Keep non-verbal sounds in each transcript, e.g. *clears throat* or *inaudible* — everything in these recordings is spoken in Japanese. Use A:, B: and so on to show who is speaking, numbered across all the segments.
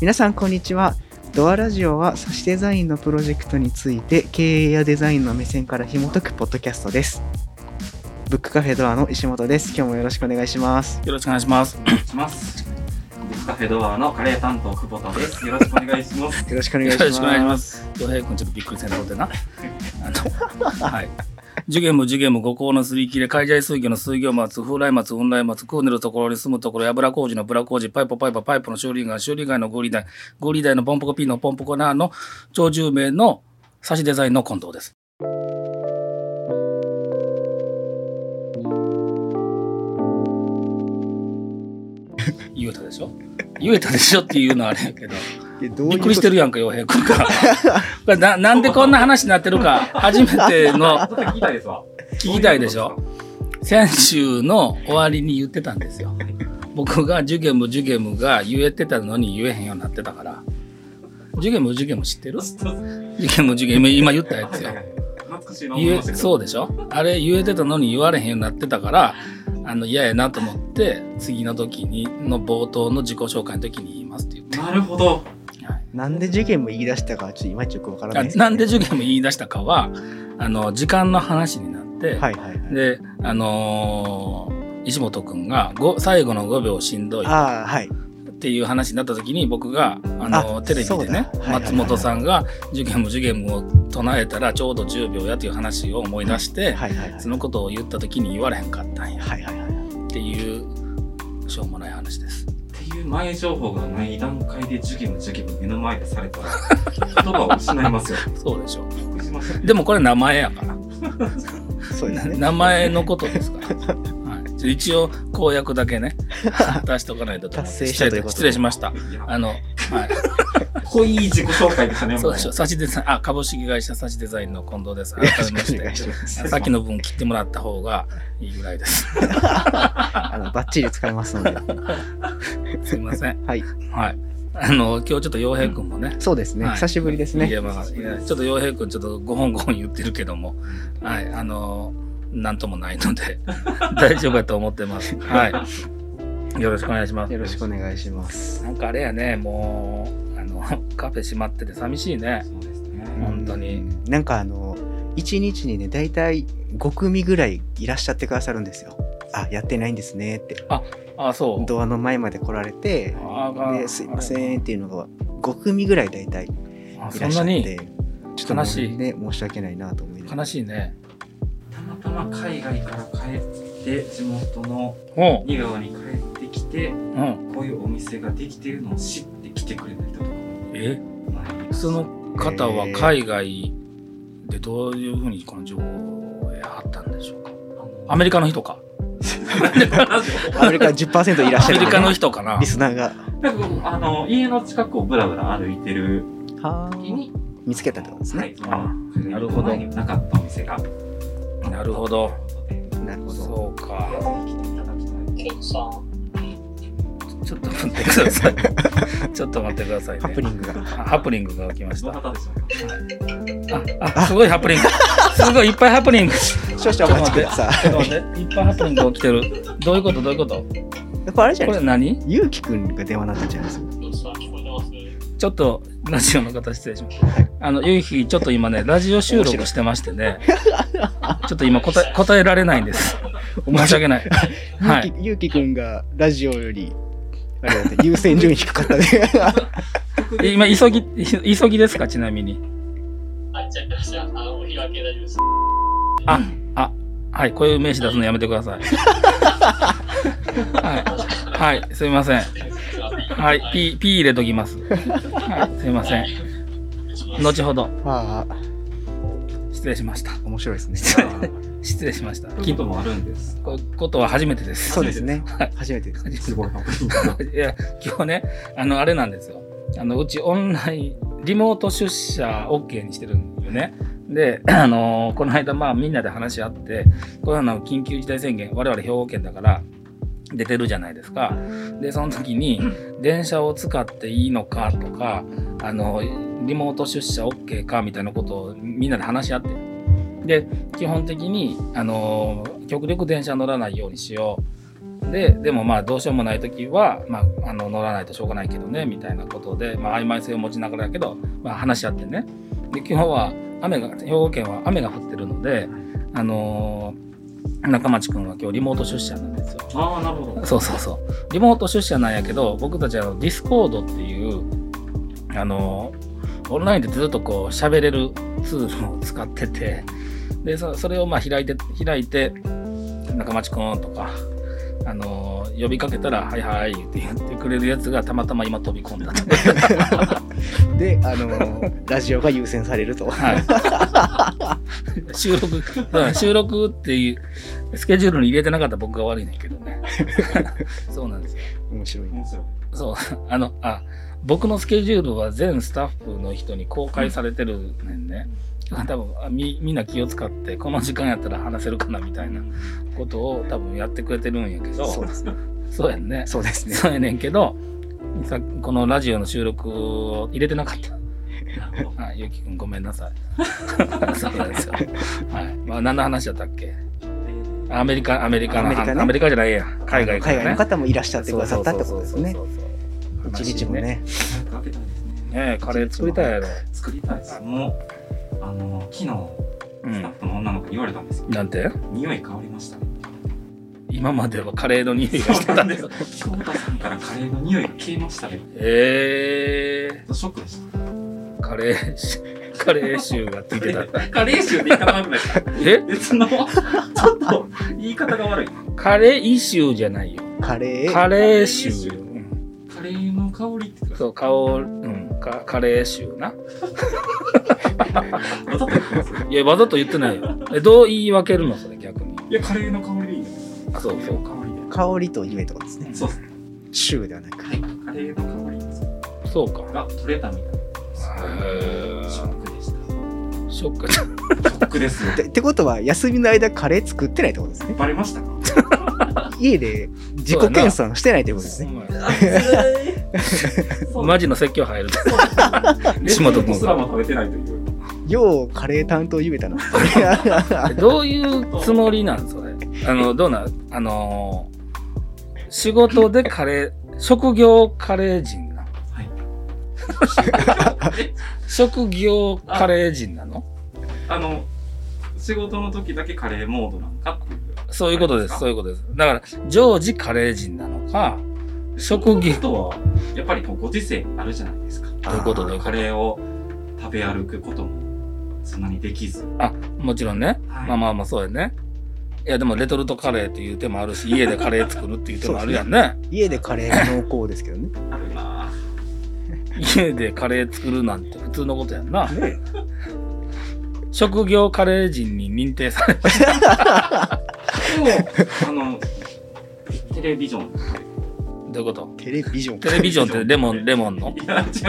A: 皆さんこんにちはドアラジオはサシデザインのプロジェクトについて経営やデザインの目線から紐解くポッドキャストですブックカフェドアの石本です今日もよろしくお願いします
B: よろしくお願いします。
C: します。ブックカフェドアのカレー担当久保田です。よろしくお願いします。
A: よろしくお願い
B: よ
A: します
B: ろしくお願いします。洋平君ちょっとびっくりせんとこでな。あの、 *laughs* はい。受験も受験も五行のすり切れ、海外水魚の水魚松、風来松、雲来松、空寝るところに住むところ、油工事のブラ工事、パイプパイプパイプの修理街、修理街のゴリ台、ゴリ台のポンポコピーのポンポコナーの鳥獣名の差しデザインの近藤です。言えたでしょ言えたでしょっていうのはあれやけど。
A: えどうい
B: び
A: うこ
B: っく
A: と
B: りしてるやんか、洋平君が。 *laughs* これななんでこんな話になってるか、初めての
C: ちょっと聞きたいですわ。聞
B: 聞きたいでしょ。。先週の終わりに言ってたんですよ。僕がジュゲムジュゲムが言えてたのに言えへんようになってたから。ジュゲムジュゲム知ってるジュゲムジュゲム今言ったやつよ。
C: 懐かしいな思い
B: 言
C: ました
B: え
C: けど。
B: そうでしょあれ言えてたのに言われへんようになってたからあの嫌やなと思って次の時にの冒頭の自己紹介の時に言いますって言って、
C: なるほど。
B: はい
A: なんで受験も言い出したかちょっといまいちよくわからない
B: あ
A: です
B: なんで受験も言い出したかはあの時間の話になっ
A: は
B: て、
A: いはいはい
B: であのー石本君がご最後の5秒しんどいっ
A: ああはい
B: ていう話になった時に僕が、あのー
A: あ
B: テレビでね
A: そうだはいはいはい
B: 松本さんが「受験も受験も」を唱えたらちょうど10秒やという話を思い出して、
A: はいはいはい
B: そのことを言った時に言われへんかったんや
A: はいはいはい
B: っていうしょうもない話です。
C: っていう前情報がない段階で受験の受験の目の前でされたら、言葉を失いますよ。
B: そうでしょ
C: びっくりしました
B: でもこれ名前
A: *laughs*
B: やから。
A: そうですね
B: 名前のことですから、はいちょ、一応公約だけ
A: *laughs*
B: ね出しとかないとと思
A: 達成したということで
B: 失礼しました
C: いや
B: あの、はい、
C: 濃い自己紹介でしたね。
B: そうでしょサチデザインあ株式会社サチデザインの近藤です改
A: よろし
B: めま
A: く
B: し
A: お願い
B: て
A: します
B: あさっきの分切ってもらった方がいいぐらいです
A: *laughs* あのバッチリ使いますので
B: すいません
A: はい
B: はいあの今日ちょっと洋平君もね、
A: そうですね
B: はい
A: 久しぶりです
B: い
A: ね
B: やまあいやちょっと洋平君ちょっとご本ご本言ってるけどもはいあのなんともないので *laughs* 大丈夫やと思ってますはいよろしくお願いします
A: よろしくお願いします
B: なんかあれやね、もう、あの、カフェ閉まってて寂しいね。
C: そうです
B: う
C: ね。
B: 本当に
A: うんなんかあの1日にね大体5組ぐらいいらっしゃってくださるんですよあやってないんですねって
B: あ、そう。
A: ドアの前まで来られて
B: ああ
A: ですいませんっていうのが5組ぐらい大体い
B: あそ
A: らっ
B: ん
A: しゃ
B: な
A: っ
B: に
A: てちょっともう
B: 悲しい
A: ね申し訳ないなと思いなが
B: 悲
A: ら
B: しいね。
C: たまたま海外から帰って、地元の
B: うん、
C: 新川に帰ってきて、
B: うん。
C: こういうお店ができてるのを知って来てくれた人とか
B: え
C: もはい
B: その方は海外でどういうふうにこの情報を得はったんでしょうかアメリカの人か。
C: ラジオ
A: アメリカ10%いらっ
B: ア
A: しゃ
B: メ
A: る
B: リ
A: の
B: カ
A: ね
B: の人かな
A: リ。スナーが
C: なんかあの家の近くをぶらぶら歩いてる
A: はー
C: 時に、
A: 見つけたってことです
C: は
A: ね
C: い、その
B: なるほど
C: 前になかったお店が
B: なるほど
C: というこ
A: なるほど
B: そう
C: とで
B: か。
C: ぜひ来ていただきたい
B: ちょっと待ってくだ *laughs* さい。ちょっと待ってくださいね。
A: ハプニングが
B: あハプニングが起きまし
C: ど
B: た
C: な。たでしょうか
B: あ、あすごいハプニング。すごいいっぱいハプニング。
A: 少々お待ちくださ
B: ちょっと待って、いっぱいハプニング起きてる。どういうことどういうこと
A: いこれあれじゃ
B: こ
A: ない
B: れ
A: ですか
B: 何
A: ゆうきくんが電話になったんじゃないですか
B: ちょっと、ラジオの方失礼します。あの、ゆいひ、ちょっと今ね、ラジオ収録してまして
C: *laughs*
B: ね、ちょっと今答え、答えられないんです。申し訳
C: *laughs*
B: ない。は
A: ゆ
B: い。
A: うきゆうきくんがラジオよりあれだって優先順位低か *laughs* ったね
B: え今、急ぎ、い急ぎですかちなみに。
D: 入っちゃいました。あの、お開け大丈夫です。
B: あ、あ、はい、こういう名詞出すのやめてく
C: *laughs*
B: ださい。はい、はい、すいません。はい、P、P 入れときます。はい、すいません。後ほど、
A: ああ
B: 失礼しました。
A: 面白いですね
B: 失礼失礼しました。
C: ということもあるんです
B: こことは初めてです。
A: そうですね
B: はい。
A: 初めてです。
C: すごいハプニング
B: いや、今日ね、あの、あれなんですよ。あの、うちオンライン、リモート出社 OK にしてるんよね。で、 *clears throat* あのこの間、まあ、みんなで話し合って、コロナの緊急事態宣言、我々兵庫県だから、出てるじゃないですか。で、その
A: *laughs*
B: 時に、電車を使っていいのかとか、あの、リモート出社 OK かみたいなことをみんなで話し合って。で、基本的に、あの極力電車乗らないようにしよう。ででもまあどうしようもない時は、まあ、あの乗らないとしょうがないけどねみたいなことで、まあ、曖昧性を持ちながらだけど、まあ、話し合ってねで今日は雨が兵庫県は雨が降ってるので、あのー中町君は今日リモート出社なんですよ。
C: ああ、なるほど。
B: そうそうそう。リモート出社なんやけど、僕たちはディスコードっていう、あの、オンラインでずっとこう喋れるツールを使ってて、で、そそれをまあ開いて、開いて、中町くんとか、あの、呼びかけたら、はいはいって言ってくれるやつがたまたま今飛び込んだと。
A: で、あのーラジオが優先されると。
B: はい。 *laughs* 収録、うん収録っていう、スケジュールに入れてなかった僕が悪いねんけどね。 *laughs* そうなんですよ
A: 面白い。
C: 面白い。
B: そう、あの、あ、僕のスケジュールは全スタッフの人に公開されてるねんね。多分あみみんな気を使ってこの時間やったら話せるかなみたいなことを多分やってくれてるんやけど
A: そうですね。
B: そうやんね
A: そうですね。
B: そうやねんけどさこのラジオの収録を入れてなかった
C: なるほど
B: あゆきくんごめんなさ
A: *laughs*
B: いそうなんですよ、はいまあ、何の話だったっけアメリカアメリカの
A: アメリカね
B: アメリカじゃないや海外から
A: 海外
B: ね
A: の方もいらっしゃってくださったってことですね
B: そ。うそうそうそう
A: 一日もね。
C: なんか開けたいですね。
B: ねえ、カレー作りたいやろ。
C: 作りたいです。もう、あの、昨
B: う
C: 日、スタ
B: ん
C: ッ。フの女の子に言われたんですよ。
B: なんて
C: 匂い香りましたね。
B: 今まではカレーの匂いがしてたんです。
C: 久保田さんからカレーの匂いが消えましたね。
B: え
C: ちょっとショックでした。
B: ー、カレー臭、 *laughs* カレー臭がついてた。
C: カレー臭で言い方悪くないですか
B: *laughs* え
C: 別の、ちょっと言い方が悪い。
B: カレー異臭じゃないよ。
A: カレー。
B: カレー臭
C: カレー臭
B: よ。うん
C: カレーの香りって
B: そう、顔、うん、かカレー臭な。
C: わざと言ってますよ
B: いや、わざと言ってないよ。え、どう言い分けるのそれ逆に。
C: いや、カレーの香りでいいんです
B: あ、そうそうか。
C: 香り
A: 香りと夢とかですね
C: で。。そうっすね。
A: 州ではなく。
C: カレーの香り
B: そうか。
C: が取れたみたいです
B: へー
C: ショックでした。
B: ショック。
C: ショックですよ。
A: でってことは、休みの間カレー作ってないってことですね。
C: バレましたか
A: 家で自己検算してないってことですね。
C: そう
B: マジの説教入る。
C: レ
B: 島
C: ト
B: 田
C: ルト
B: 君
C: すらも食べてないという。
A: ようカレー担当夢だな。 *laughs*
B: えどういうつもりなんそれ。あの、どうなんあのー仕事でカレー、職業カレー人なの職業カレー人なの
C: あの、仕事の時だけカレーモードなんかっていう。
B: そういうことです、そういうことです。だから、常時カレー人なのか、職業、
C: とは、やっぱりこうご時世あるじゃないですか。
B: どういうことで
C: カレーを食べ歩くこともそんなにできず。
B: あ、もちろんね。
C: はい
B: まあまあまあ、そうやね。いや、でも、レトルトカレーっていう手もあるし、家でカレー作るっていう手もあるやんね。
A: 家でカレーが濃厚ですけどね。
C: あ
B: *laughs*
C: るなぁ
B: 家でカレー作るなんて普通のことやんな。
A: ね
B: 職業カレー人に認定された。
C: でも、あの、テレビジョン。
B: どういうこと
A: テレビジョン
B: テレビジョンってレモン、レモンの
C: いや、違います。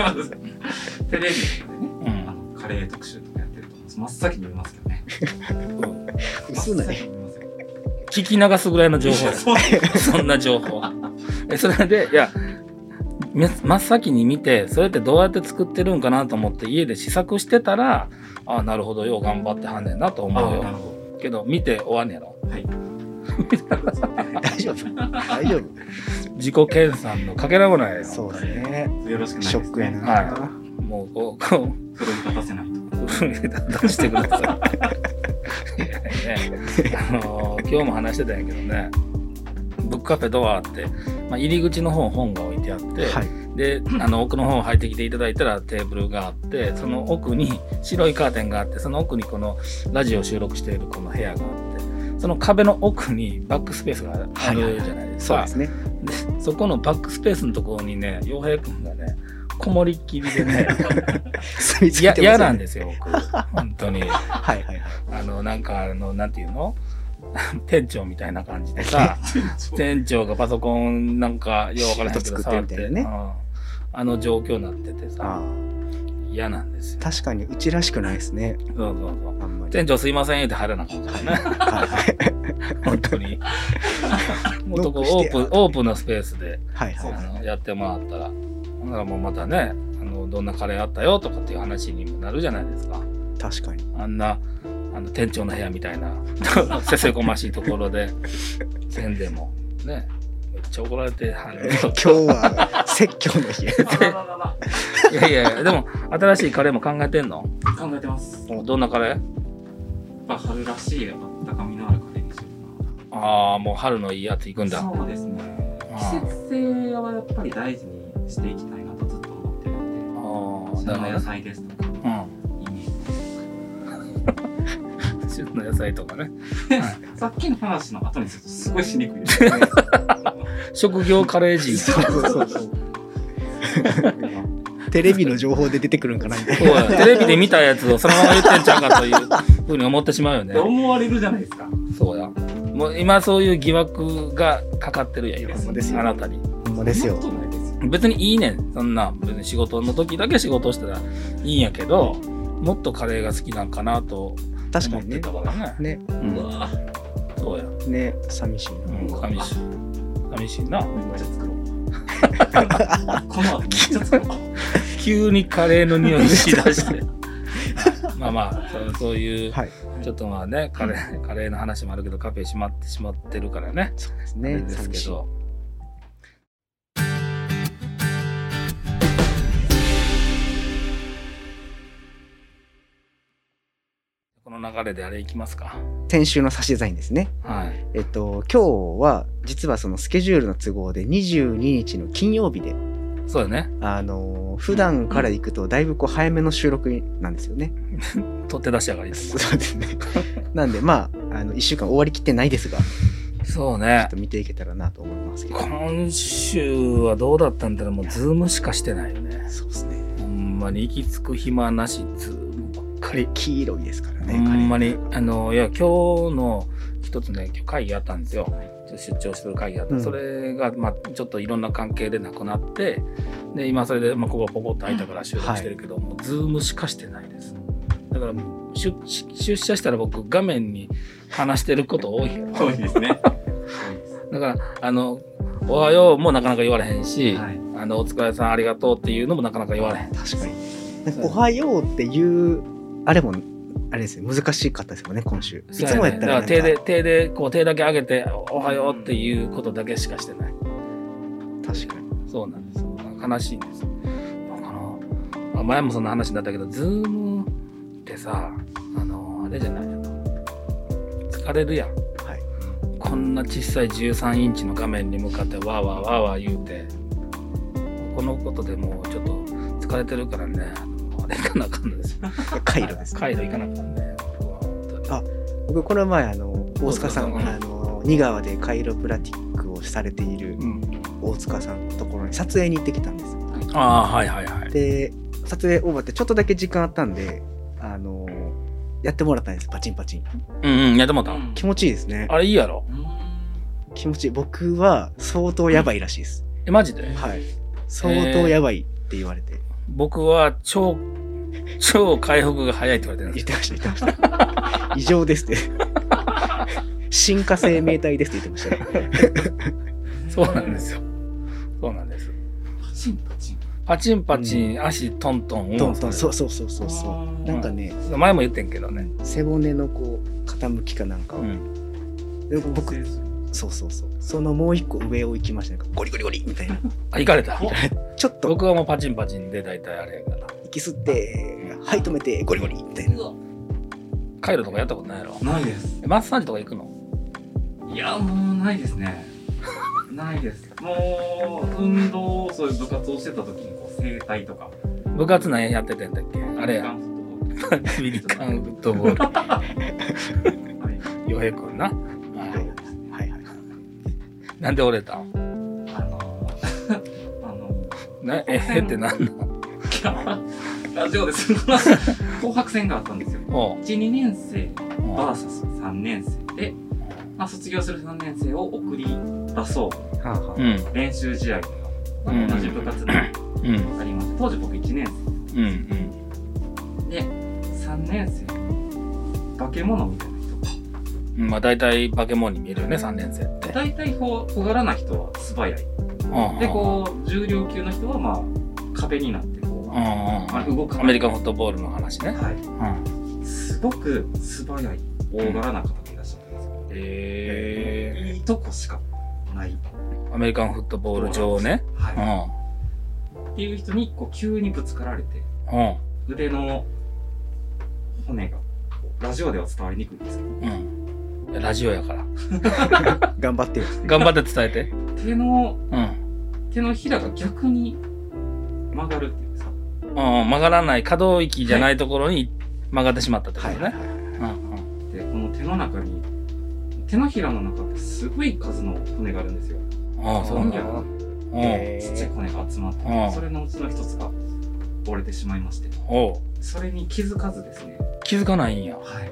C: テレビジョンでね、
B: う
C: あ
B: ん。
C: のカレー特集とかやってると思うんです。真っ先に見ますけどね。
A: 薄
C: 真っ
A: な
C: 先
A: い。
C: に見ますよ
B: 聞き流すぐらいの情報
C: い
B: や
C: やそうです
B: そんな情報。えそれで、いや、め真っ先に見て、それってどうやって作ってるんかなと思って家で試作してたら、あなるほど、よう頑張ってはんねんなと
C: あ
B: 思う
C: なる
B: よ。
C: ほ
B: けど、見て終わんねやろ。
C: ど。はい。
A: 大丈夫大丈夫
B: 自己研鑽のかけらもないよ。
A: そうだね。
C: よろしくないです、
A: ショックやな。
B: はもう、こう、こう、
C: 奮い立たせない
B: *laughs*
C: と。
B: 出してください。いやね、あのー今日も話してたんやけどね、ブックカフェドアって、まあ、入り口の方本が置いてあって、
A: はい。
B: で
A: *clears throat*
B: あの奥の方入ってきていただいたらテーブルがあってその奥に白いカーテンがあってその奥にこのラジオを収録しているこの部屋があってその壁の奥にバックスペースがあるじゃないです
A: そう
B: か
A: で、すね。
B: でそこのバックスペースのところにね洋平君がねこもりっきり
A: *laughs*
B: でね
A: 住み着いて
B: や
A: ますよね
B: 嫌なんですよ僕本当に
A: はいはいはい。
B: あのなんかあのなんていうの *laughs* 店長みたいな感じ
A: *laughs*
B: でさ店長がパソコンなんかようわからない
A: シ
B: けど
A: ート
B: 触
A: 作
B: っ
A: っててみたいなね
B: うんあの状況になっててさ
A: ああ
B: 嫌なんですよ。
A: 確かにうちらしくないですね。
B: そうそうそう。
A: あんまり。
B: 店長すいません言うて入らなかったからね。
A: はいはい
B: 本当に。 *laughs* もっとこう
A: ノッ
B: オ
A: クし
B: ー
A: て
B: プン、オープンなスペースで、
A: はい
B: あ
A: はい。
B: の、やってもらったら、ほんならもうまたね、あの、どんなカレーあったよとかっていう話にもなるじゃないですか。
A: 確かに。
B: あんな、あの、 *laughs* 店長の部屋みたいな、せせこましいところで、せんでも、ね、ちゃ怒られてはん
A: *laughs*
B: ねん
A: 今日は説教の日。
C: あらららら
B: いやいやいやでも新しいカレーも考えてんの
C: 考えてます。やっ
B: どんなカレー
C: ぱ春らしいやっぱ高みのあるカレーにしよう
B: ああもう春のいいやつ行くん
C: か
B: だ
C: な。そうですね。季節性はやっぱり大事にしていきたいなとずっと思ってるんで、
B: ああ
C: 旬
B: な
C: の
B: る
C: 野
B: ほ
C: 菜ですとか、
B: どうん
C: イメージ
B: 旬の野菜とかね
C: さっきの話の後にするとすごいしにくいですね。
B: *laughs* 職業カレー人 *laughs*
A: そうそうそう。テレビの情報で出てくるんかなみたい
B: そうやテレビで見たやつをそのまま言ってんちゃうかというふうに思ってしまうよね
C: って思われるじゃないですか。
B: そうやもう今そういう疑惑がかかってるやん今
A: そうですよ
B: あなたに
A: な。ほんまですよ
C: そ。んなことないですよ。
B: 別にいいねんそんな別に仕事の時だけ仕事したらいいんやけどもっとカレーが好きなんかなと
A: 確
B: 思
A: か
B: っ
A: に
B: て
A: ね
B: た。からね
A: ね、
B: うん
C: うわぁ、
B: そうや、
A: ね、寂しいな。
B: うん、寂しい寂しいな
C: めっちゃ作ろう。 *laughs* この後めっちゃ作ろう。
B: 急にカレーの匂い *laughs* しだしてまあまあそうそういう
A: はい。
B: ちょっとまあねカレーカレーの話もあるけどカフェ閉まってしまってるからね
A: そうです
B: あれ
A: ね。
B: です
A: 寂
B: け
A: しい。
B: どこの流れであれいきますか
A: 先週の差しデザインですね。
B: はい
A: えっと、今日は、実はそのスケジュールの都合で22日の金曜日で、
B: そうだね
A: あのー普段から行くとだいぶこう早めの収録なんですよね。 *laughs*
B: 取って出しやがりです
A: そうです
B: *laughs*
A: ね。なんで、まあ、あの、1週間終わりきってないですが、ちょ
B: そうね
A: っと見ていけたらなと思いますけど。
B: 今週はどうだったんだろうもうズームしかしてないよね
A: そうですね。
B: ほんまに行き着く暇なしズームばっかり
A: 黄色いですからね。
B: ほんまに
A: カレー、
B: あの、いや、今日の一つね、今日会議あったんですよ。ちょっと出張してる会議あった。
A: うん
B: それが、まあ、ちょっといろんな関係でなくなって、で、今それで、まあ、ここがポコッと空いたから収録してるけど、もう、ズームしかしてないです。だから、出出社したら僕、画面に話してること多いよ。
C: そうですね。
B: だから、あの、おはようもなかなか言われへんし、
C: はい。
B: あの、お疲れさんありがとうっていうのもなかなか言われへん。
A: 確かに。なんか、おはようっていう、あれも、あれですね、難しかったですよね、今週。いつもやったらなんか、
B: だから手で、手で、こう手だけ上げて、おはようっていうことだけしかしてない。
A: 確かに。
B: そうなんです。悲しいんです。だから、あ前もそんな話になったけど、ズームってさ、あの、あれじゃないの疲れるやん。
A: はい。
B: こんな小さい13インチの画面に向かってわーわーわーわー言うて、このことでもうちょっと疲れてるからね、あのあれ行かなあかんのですよ。
A: *laughs* カイロです、ね。
B: カイロ行かなあかんね。僕は本当に
A: 僕、この前、あの、大塚さん
B: 大塚
A: が、
B: さ
A: あの、仁川でカイロプラティックをされている大塚さんのところに撮影に行ってきたんです。
B: ああ、はいはいはい。
A: で撮影終わってちょっとだけ時間あったんであのやってもらったんですパチンパチン
B: うんうん、やってもうた。
C: うん
A: 気持ちいいですね
B: あれいいやろ。
A: 気持ちいい僕は相当やばいらしいです、
B: え、マジで
A: はい相当やばいって言われて、
B: 僕は超、超回復が早いって言われてるんで
A: 言っ
B: す
A: てました言ってました異常ですって進化生命体ですって言ってましたよ
B: *laughs* よ。そうなんですよ。そうなんです。
C: パチンパチン。
B: パチンパチン、足トントン。
A: トントン
B: そ
A: そうそうそうそうそうなんかね
B: う。前も言ってんけどね。
A: 背骨のこう傾きかなんかを、
B: うん。
A: で僕そうそうそうそのもう一個上を行きましたねゴリゴリゴリみたいな
B: あ、行かれた。
A: ちょっと
B: 僕はもうパチンパチンで大体あれやから。
A: 息吸って、はい止めて、ゴリゴリみたいな。
B: カイロとかやったことないやろ。
C: ないです。
B: えマッサージとか行くの
C: いや、もうないで
B: *laughs*
C: すね。ないです。もう、運動、そういう部活をしてた時に、こう、整体とか。
B: 部活何やっててんだっけあれや。アメリカンフットボー
C: はい
B: ル。ヨヘくんな。はい
A: はいはい。
B: なんで折れたん
C: あの *laughs* ー、あの
B: なえへってなんだ
C: ー、 *laughs* ラジオです。紅白戦があったんですよ。
B: おう
C: 1、2年生、
B: おう
C: バーサス3年生で、まあ、卒業する3年生を送り出そう。
A: はあは
B: うん。
C: 練習試合とか、
B: うん
C: 同じ部活で
B: うん。
C: あります。当時僕1年生
B: うん。うん。
C: で、3年生、化け物みたいな人が
B: うんまあ大体化け物に見えるよね、3年生って。
C: 大体こう小柄な人は素早い
B: うんうん
C: でこう重量級の人はまあ壁になって
B: うんう
C: こう、
B: ん
C: あれ動かない
B: アメリカンフットボールの話ね。
C: は
B: うん
C: い、すごく素早い大柄な方がいらっしゃったんですよ、
B: へ
C: いいとこしかない
B: ーアメリカンフットボール場をね。う
C: は
B: ん。
C: い、っていう人にこう急にぶつかられて
B: うん。
C: 腕の骨がこうラジオでは伝わりにくいんですけど
B: うん。ラジオやから。
A: 頑張ってよ。
B: 頑張って伝えて。
C: 手の
B: うん。
C: 手のひらが逆に曲がるっていうんですか
B: うん、曲がらない可動域じゃないところに曲がってしまったってことね。うん
C: でこの手の中に手のひらの中ってすごい数の骨があるんですよ
B: うん。ああ、そうなんだ。
C: 300
B: うん。
A: え
C: ちっちゃい
A: ー
C: 骨が集まって
B: うん
C: それのうちの一つが折れてしまいまして
B: おう
C: それに気づかずですね
B: 気づかないんや。
C: はい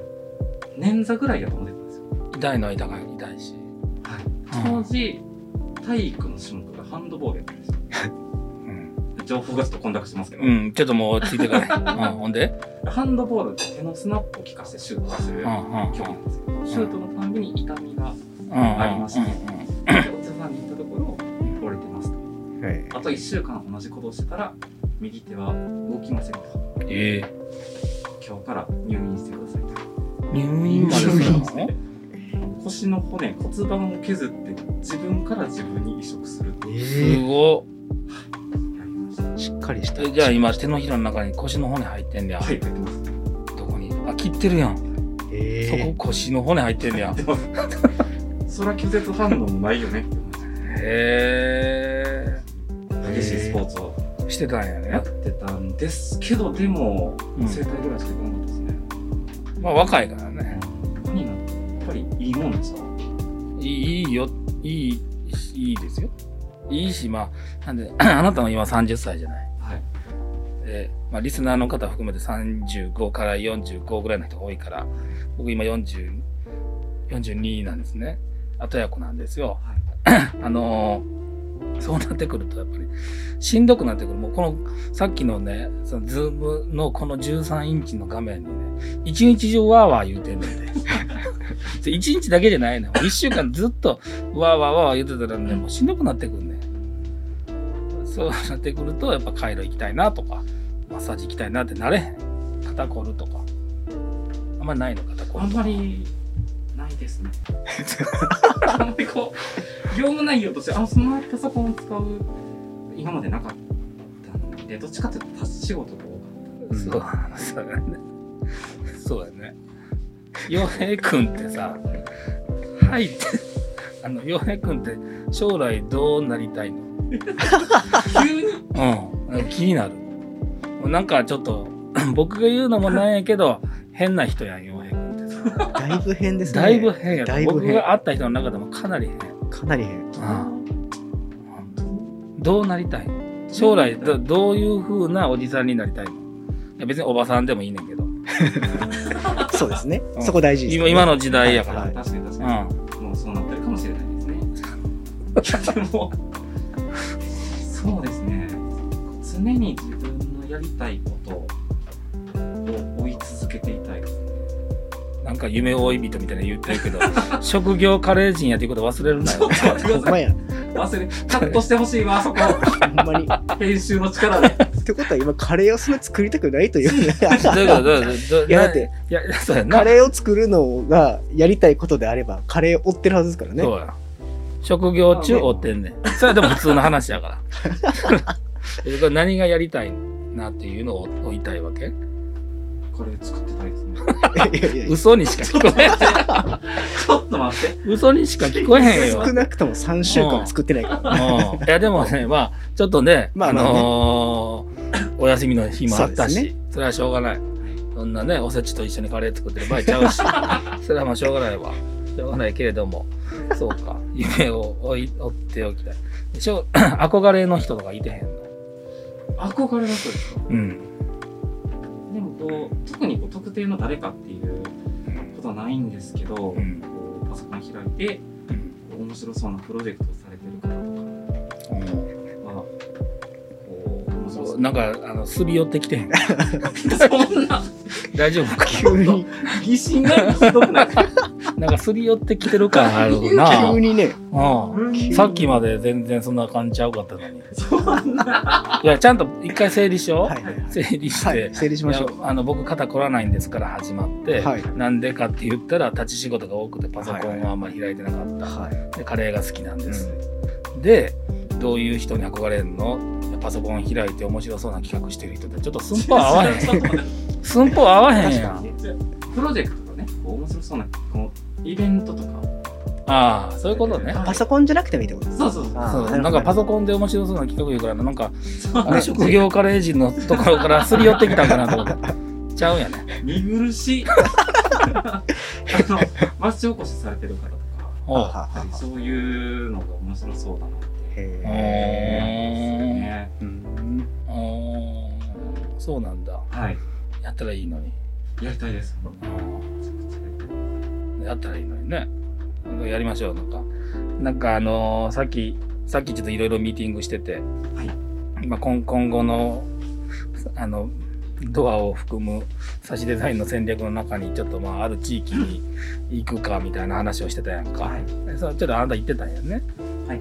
C: 捻挫ぐらいやと思ってたんですよ
B: 痛いのは痛い痛いし。
C: はい当時体育の種目がハンドボールやったんですよ
B: うん。
C: 情報がちょっと混濁してますけど、
B: うん。ちょっともう落ち着い *laughs* てから。うん。ほんで
C: ハンドボールって手のスナップを効かせてシュートをす
B: う
C: る
B: ん。うん。うん
C: 競技なんですけどシュートのたんびに痛み
B: *laughs*
C: が
B: うん。
C: ありまして
B: うん
C: お手間に行ったところ折れてますと
A: はい
C: あと1週間同じことをしてたら右手は動きませんと
B: ええ
C: 今日から入院してくださいと
B: 入院までそうなの
C: 腰の骨骨盤を削って自分から自分に移植するってや
B: す
A: え
B: ご
C: りましたは
A: ー、しっかりした。
B: っじゃあ今手のひらの中に腰の骨入ってんねや、
C: い入ってます
B: どこにあ切ってるやん、
A: え
B: そこ
A: ー、
B: 腰の骨入ってんねや
C: 入ってますそりゃ拒絶反応もないよねって思いまし
B: へ
C: た激しいスポーツを
B: えしてたんや
C: や
B: ね
C: っ、てたんですけどでも
B: うん
C: 整体ぐらいしか行かなかったですね
B: まあ若いからね
C: ここになやっぱりいいもんですか
B: いいいいよいいいいですよいいしまあなんで *clears throat* あなたも今30歳じゃない
C: はい
B: で、まあ、リスナーの方含めて35から45ぐらいの人が多いから僕今40 42なんですね後役なんですよ
C: は
B: *clears throat* あのーそうなってくるとやっぱりしんどくなってくる。もうこのさっきのね、そのズームのこの13インチの画面にね、一日中わーわー言うてんねんで。 *laughs* それ一日だけじゃないね。もう一週間ずっとわーわーわーわー言ってたらね、もうしんどくなってくるね。そうなってくると、やっぱカイロ行きたいなとか、マッサージ行きたいなってなれへん。肩こるとか。あんまりないの、肩こ
C: あ
B: る
C: ん
B: とか。
C: まりないですねあんまりこう業務内容としてあそんなパソコンを使う今までなかったんでどっちかっていうと立ち仕事が多か
A: うん
B: そう、そうやね。そうやね。洋平くんってさ、はいって、あの、洋平くんって将来どうなりたいの
C: った急に
B: うん。気になる。もうなんかちょっと、僕が言うのもなんやけど、変な人やん、洋平くんってさ。
A: だいぶ変ですね。
B: だいぶ変や
A: だ
B: と。
A: いぶ
B: 僕
A: 変
B: が会った人の中でもかなり変。
A: かなり変。
B: うんどうなりたいの将来ど、どういう風なおじさんになりたいのいや別におばさんでもいいねんけど。
A: そうですね
B: う。ん
A: そこ大事です、ね。
B: 今今の時代やか
A: は
B: ら
A: い。
C: 確かに確
B: う
C: か
B: ん。
C: に、もうそうなってるかもしれないですねいやでもそうですね常に自分のやりたいことを追い続けてい
B: *laughs*
C: たいですね
B: なんか夢追い人みたいなの言ってるけど、 *laughs* 職業カレー人やっていうこと忘れるなよ。
A: *laughs* ほんまや。
C: 忘れカットしてほしいわあそこ
A: ほんまに。っ
C: 編集の力で
A: てことは今、カレーをそんな作りたくないというね。
B: どういうことどういうことどう
A: いやだって、
B: いや、そうやな。
A: カレーを作るのがやりたいことであれば、カレーを追ってるはずですからね。
B: そうや。職業中追ってんねん。それはでも普通の話やから。 *laughs* これ何がやりたいなっていうのを追いたいわけ
C: これ作ってたいで
A: い
C: すね
A: やいやいや
B: 嘘にしか聞こえへ
C: *laughs* ちょっと待って。
B: ん。嘘にしか聞こえへんよ。
A: 少なくとも3週間作ってないから。
B: うんいやでもね、まあ、ちょっとね、
A: ま
B: あ
A: あまあね
B: のーお休みの日もあったし、
A: そう
B: そ,、
A: です
B: れはしょうがない。そんなね、おせちと一緒にカレー作ってる場合ちゃうし、それはまあしょうがないわ。しょうがないけれども、そうか、夢を追い追っておきたい。でしょ *coughs* 憧れの人とかいてへんの
C: 憧れの人ですか
B: うん。
C: でもこう、特にこう特定の誰かっていうことはないんですけど、こ
B: ん
C: うパソコン開いて、
B: うん
C: こう面白そうなプロジェクトをされてる方とかは、こう、面白
B: そ
C: そうう。
B: なんか、あの、すり寄ってきてへん。
C: そんな、
B: 大丈夫か
A: 急に。
C: 疑心がひどくない。
B: なんかすり寄ってきてる感あるな
A: *laughs* 急。にね、
B: う
A: 急に
B: ん。さっきまで全然そんな感じちゃうかったのに。
C: そんな。
B: いや、ちゃんと一回整理しよう。
A: はいはいはい
B: 整理して。
A: はい、整理しましょ
B: いやあの僕肩凝らないんですから始まって、
A: はい
B: なんでかって言ったら立ち仕事が多くてパソコンはあんまり開いてなかった、
A: う。は
B: でカレーが好きなんです、
A: い。
B: でどういう人に憧れるのパソコン開いて面白そうな企画してる人ってちょっと寸法合わ
A: *laughs*
B: へん寸法合わへん
C: 確
B: や
C: か
B: ん
C: にね。プロジェクトとかね、こう面白そうな、このイベントとか。
B: ああそういうことね
C: はい
A: パソコンじゃなくてもいいってことです
C: そうそうそう。
A: あ
B: そう
A: なるほど
B: なんかパソコンで面白そうな企画言うからなんか
C: そう
B: あの職業カレー人のところからすり寄ってきたんかなと思ってちゃうんやね
C: 見苦
B: *laughs*
C: しい。あの、町おこしされてる方とか、
B: お
A: *laughs*
B: う
A: は
C: やっぱりそういうのが面白そうだなって。
A: へ
B: へ
C: ね。
A: ーうん
B: ーおーそうなんだ
C: はい。
B: やったらいいのに
C: やりたいです。
B: やったらいいのにね。なんかやりましょう、なんか。なんかあのーさっき、さっきちょっといろいろミーティングしてて、まあ今今後の、あの、ドアを含む差しデザインの戦略の中に、ちょっとまあある地域に行くかみたいな話をしてたやんか。
C: はい。
B: えそうちょっとあなた言ってたんやね。
C: はい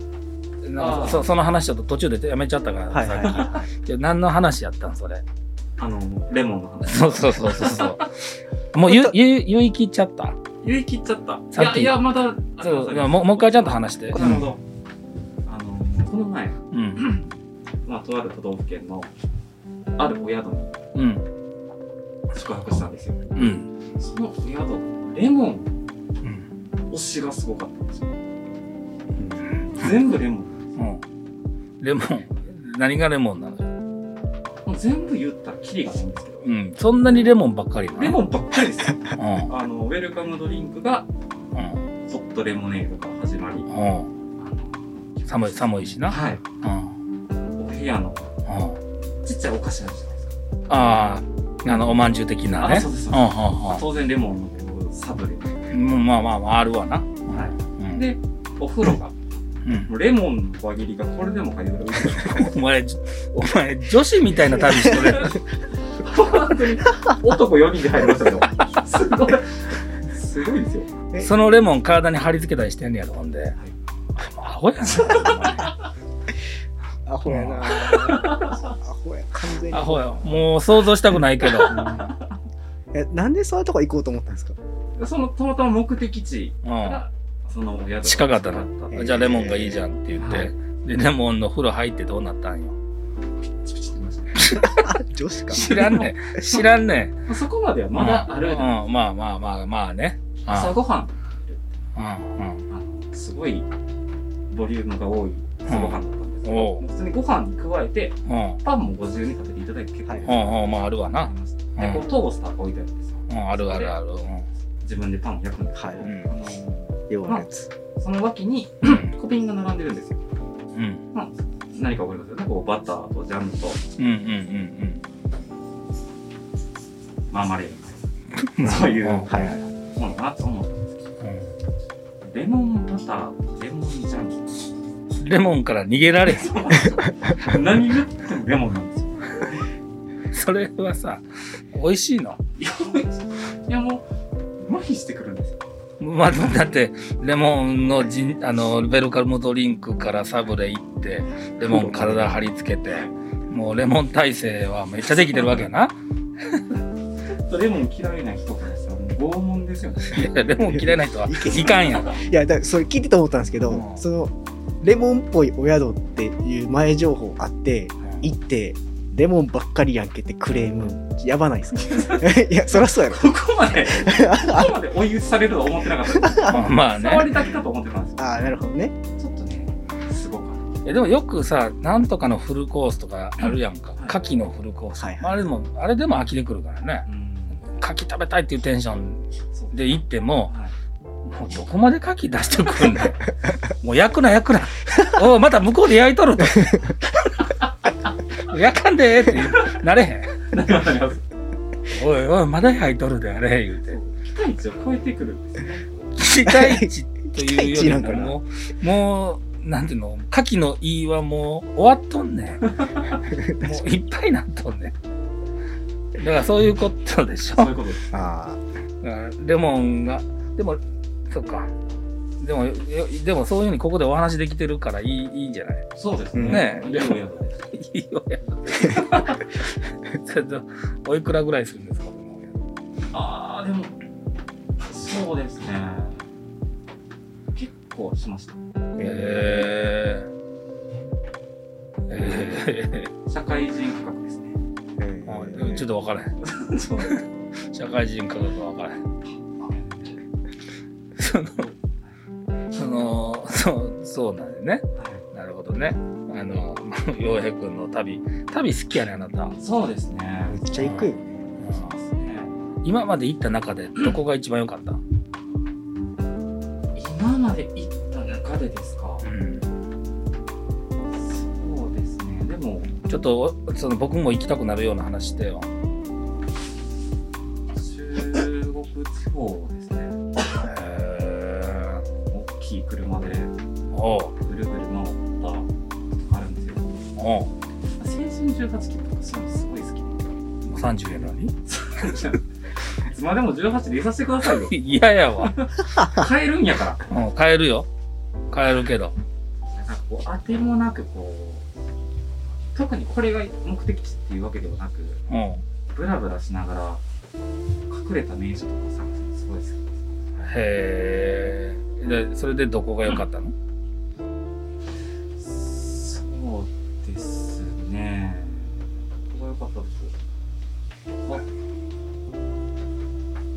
B: なん
C: あ
B: か
C: ー
B: そその話ちょっと途中でやめちゃったから、
A: はい
B: さ
A: は
B: っ
A: い
B: き。じゃあ何の話やったんそれ。
C: あの、レモンの話。
B: そうそうそうそうそう。 *laughs* もう言う言う言い切っちゃった
C: 言い切っちゃった。い
B: さっ
C: や、
B: き
C: いや、まだ。
B: そう、まあもうもう一回ちゃんと話して。
C: なるほど。あの、この前、 *coughs*
B: うん。
C: まあ、とある都道府県の、あるお宿に
B: うん。
C: 宿泊したんですよ。
B: うん。
C: そのお宿、レモン推しがすごかったんですよ。全部レモン。
B: うん。レモン。何がレモンなの
C: もう全部言ったらキリがないんですけど、
B: うん。そんなにレモンばっかりなの
C: レモンばっかりですよ。
B: うん。
C: あの、ウェルカムドリンクが、ホットレモネードから始まり、
B: うん。うん。寒い、寒いしな。
C: はい。
B: うん。
C: お部屋の
B: うん。
C: ちっちゃいお菓子あるじゃないですか。
B: ああ、あの、おまんじゅう的なね。
C: あそうですそう
B: うんう
C: で当然レモンのこうサブレ。は
B: んうん。うんまあまあまあ、あるわな。うん
C: い。で、お風呂が、
B: うん。
C: もうレモンの輪切りがこれでもかよぐら
B: *laughs*
C: い美味しい。
B: お前、お前、女子みたいな旅してる。
C: 本当に男4人で入りましたけど、すごい、すごいですよ。
A: え
B: そのレモン体に貼り付けたりしてんねやろ、ほんで。アホや
A: アホやな。アホや、完全
B: な。
A: に
B: ア。ホや。もう想像したくないけど。
A: え、なんでそういうとこ行こうと思ったんですか *laughs*
C: そのたまたま目的地
B: うん。
C: が、そのお宿が
B: 近かったな
C: め
B: じゃあレモンがいいじゃんって言って、
C: はい
B: でレモンの風呂入ってどうなったんよ
C: ちゃくちゃ行ってましたね
A: あ女子
B: *laughs*
A: か。
B: 知らんね
C: *laughs*
B: ん知らんねん
C: そこまではまだある
B: うん、うんまあまあまあまあね
C: 朝
B: あ
C: ごはん
B: うん
C: あのすごいボリュームが多い朝ごはんだったんですけど、
B: うん
C: 普通にご飯に加えて
B: うんうん
C: パンもご自由に食べていただいて結構
A: はい
B: うんうんまああるわ
C: あ
B: な
C: りました
B: う
C: で
B: ん
C: こうトースターが置いてあるんですよ
B: うんあるあるあるうん
C: 自分でパンを焼くんですけ
A: は
C: ど、
A: い
B: うん
C: あの
A: 要はやつ。
C: その脇に小瓶が並んでるんですよ
B: うん
C: 何かわかりますよねこうバターとジャムと
B: うんうんうん
C: マーマレードみたい
B: うん
C: そういう
B: うん
A: はいはい。
C: なものかなと思うんですけ
B: う
C: どレモンバターレモンジャム
B: んレモンから逃げられへん
C: 何言ってもレモンなんですよ
B: それはさ美味しいの
C: いやもういやもう麻痺してくるんですよ
B: まあ、だって、レモンのジン、あの、ベルカムドリンクからサブレ行って、レモン体貼り付けて、もうレモン体制はめっちゃできてるわけ
A: *laughs*
B: やな。
C: レモン嫌いな人からしたらもう拷問ですよね。
B: いやレモン嫌いな人はいかんやん。
A: いや、だからそれ聞いてて思ったんですけど、
B: うん
A: その、レモンっぽいお宿っていう前情報あって、行って、レモンばっかりやんけってクレーム、やばないですかいや、そらそうやろ。
C: ここまで、ここまで追い打ちされるとは思ってなかったです。
B: まあ
C: 触
B: ね。
C: りだけだと思ってたんです
A: ああ、なるほどね。
C: よ。ちょっとね、すごかっ
B: いやでもよくさ、なんとかのフルコースとかあるやんか
C: はい。
B: 牡蠣のフルコース。
A: はいはい
B: まああれでも、あれでも飽きてくるからね
C: た。。うん、
B: 牡蠣食べたいっていうテンション
C: そう
B: で行っても、
C: はい
B: もうどこまで牡蠣出してくるんだよ。 *laughs* もう焼くな焼くな。おうまた向こうで焼いとる *laughs* と。焼かんでーって言うなれへ
C: なんかわかります
B: ん。おいおい、まだ焼いとるであれ言うて
C: そう。期待値を超えてくるんですよね。
B: 期待値というより
A: 期待値なんか
B: も
A: な
B: もう、もう、なんていうの、牡蠣の言いはもう終わっと
A: *laughs*
B: んねん。もういっぱいなっとんねん。だからそういうことでしょ。
C: そういうことです。
A: あ
B: だからレモンがでもそっか。でも、よでもそういうふうにここでお話できてるからいいいいんじゃない
C: そうです
A: うん
C: ね
B: ね。
C: いいお宿で。
B: いいよ、やっそれと、おいくらぐらいするんですかこのお宿
C: ああ、でも、そうですね。結構しました。
B: えー、え
C: 社会人価格ですね。
B: ーあちょっと分からへん。
C: そう
B: 社会人科学は分からへん。その、その、そう、そうなんでね。なるほどね。あの、洋平くんの旅。旅好きやね、あなた。
C: そうですね。
A: めっちゃ行くよね。
C: そうですね。
B: 今まで行った中で、どこが一番良かった、
C: 今まで行った中でですか。そうですね。でも、
B: ちょっと、その僕も行きたくなるような話してよ。
C: 中国地方ですね。
B: へ
C: 大きい車で
B: ーおう
C: ぐるぐる回ったことがあるんですよ。
B: おう
C: 青春18切符とかそういうのすごい好きで。
B: もう30やのに
C: いつまでも18でいさせてくださいよ。
B: 嫌やわ。
C: 買えるんやから。
B: うん、買えるよ。買えるけど。
C: なんかこう当てもなくこう特にこれが目的地っていうわけではなく
B: うん。
C: ブラブラしながら隠れた名所とか探すのすごい好きです
B: へえ。で、それでどこが良かったの、
C: そうですねここが良かったです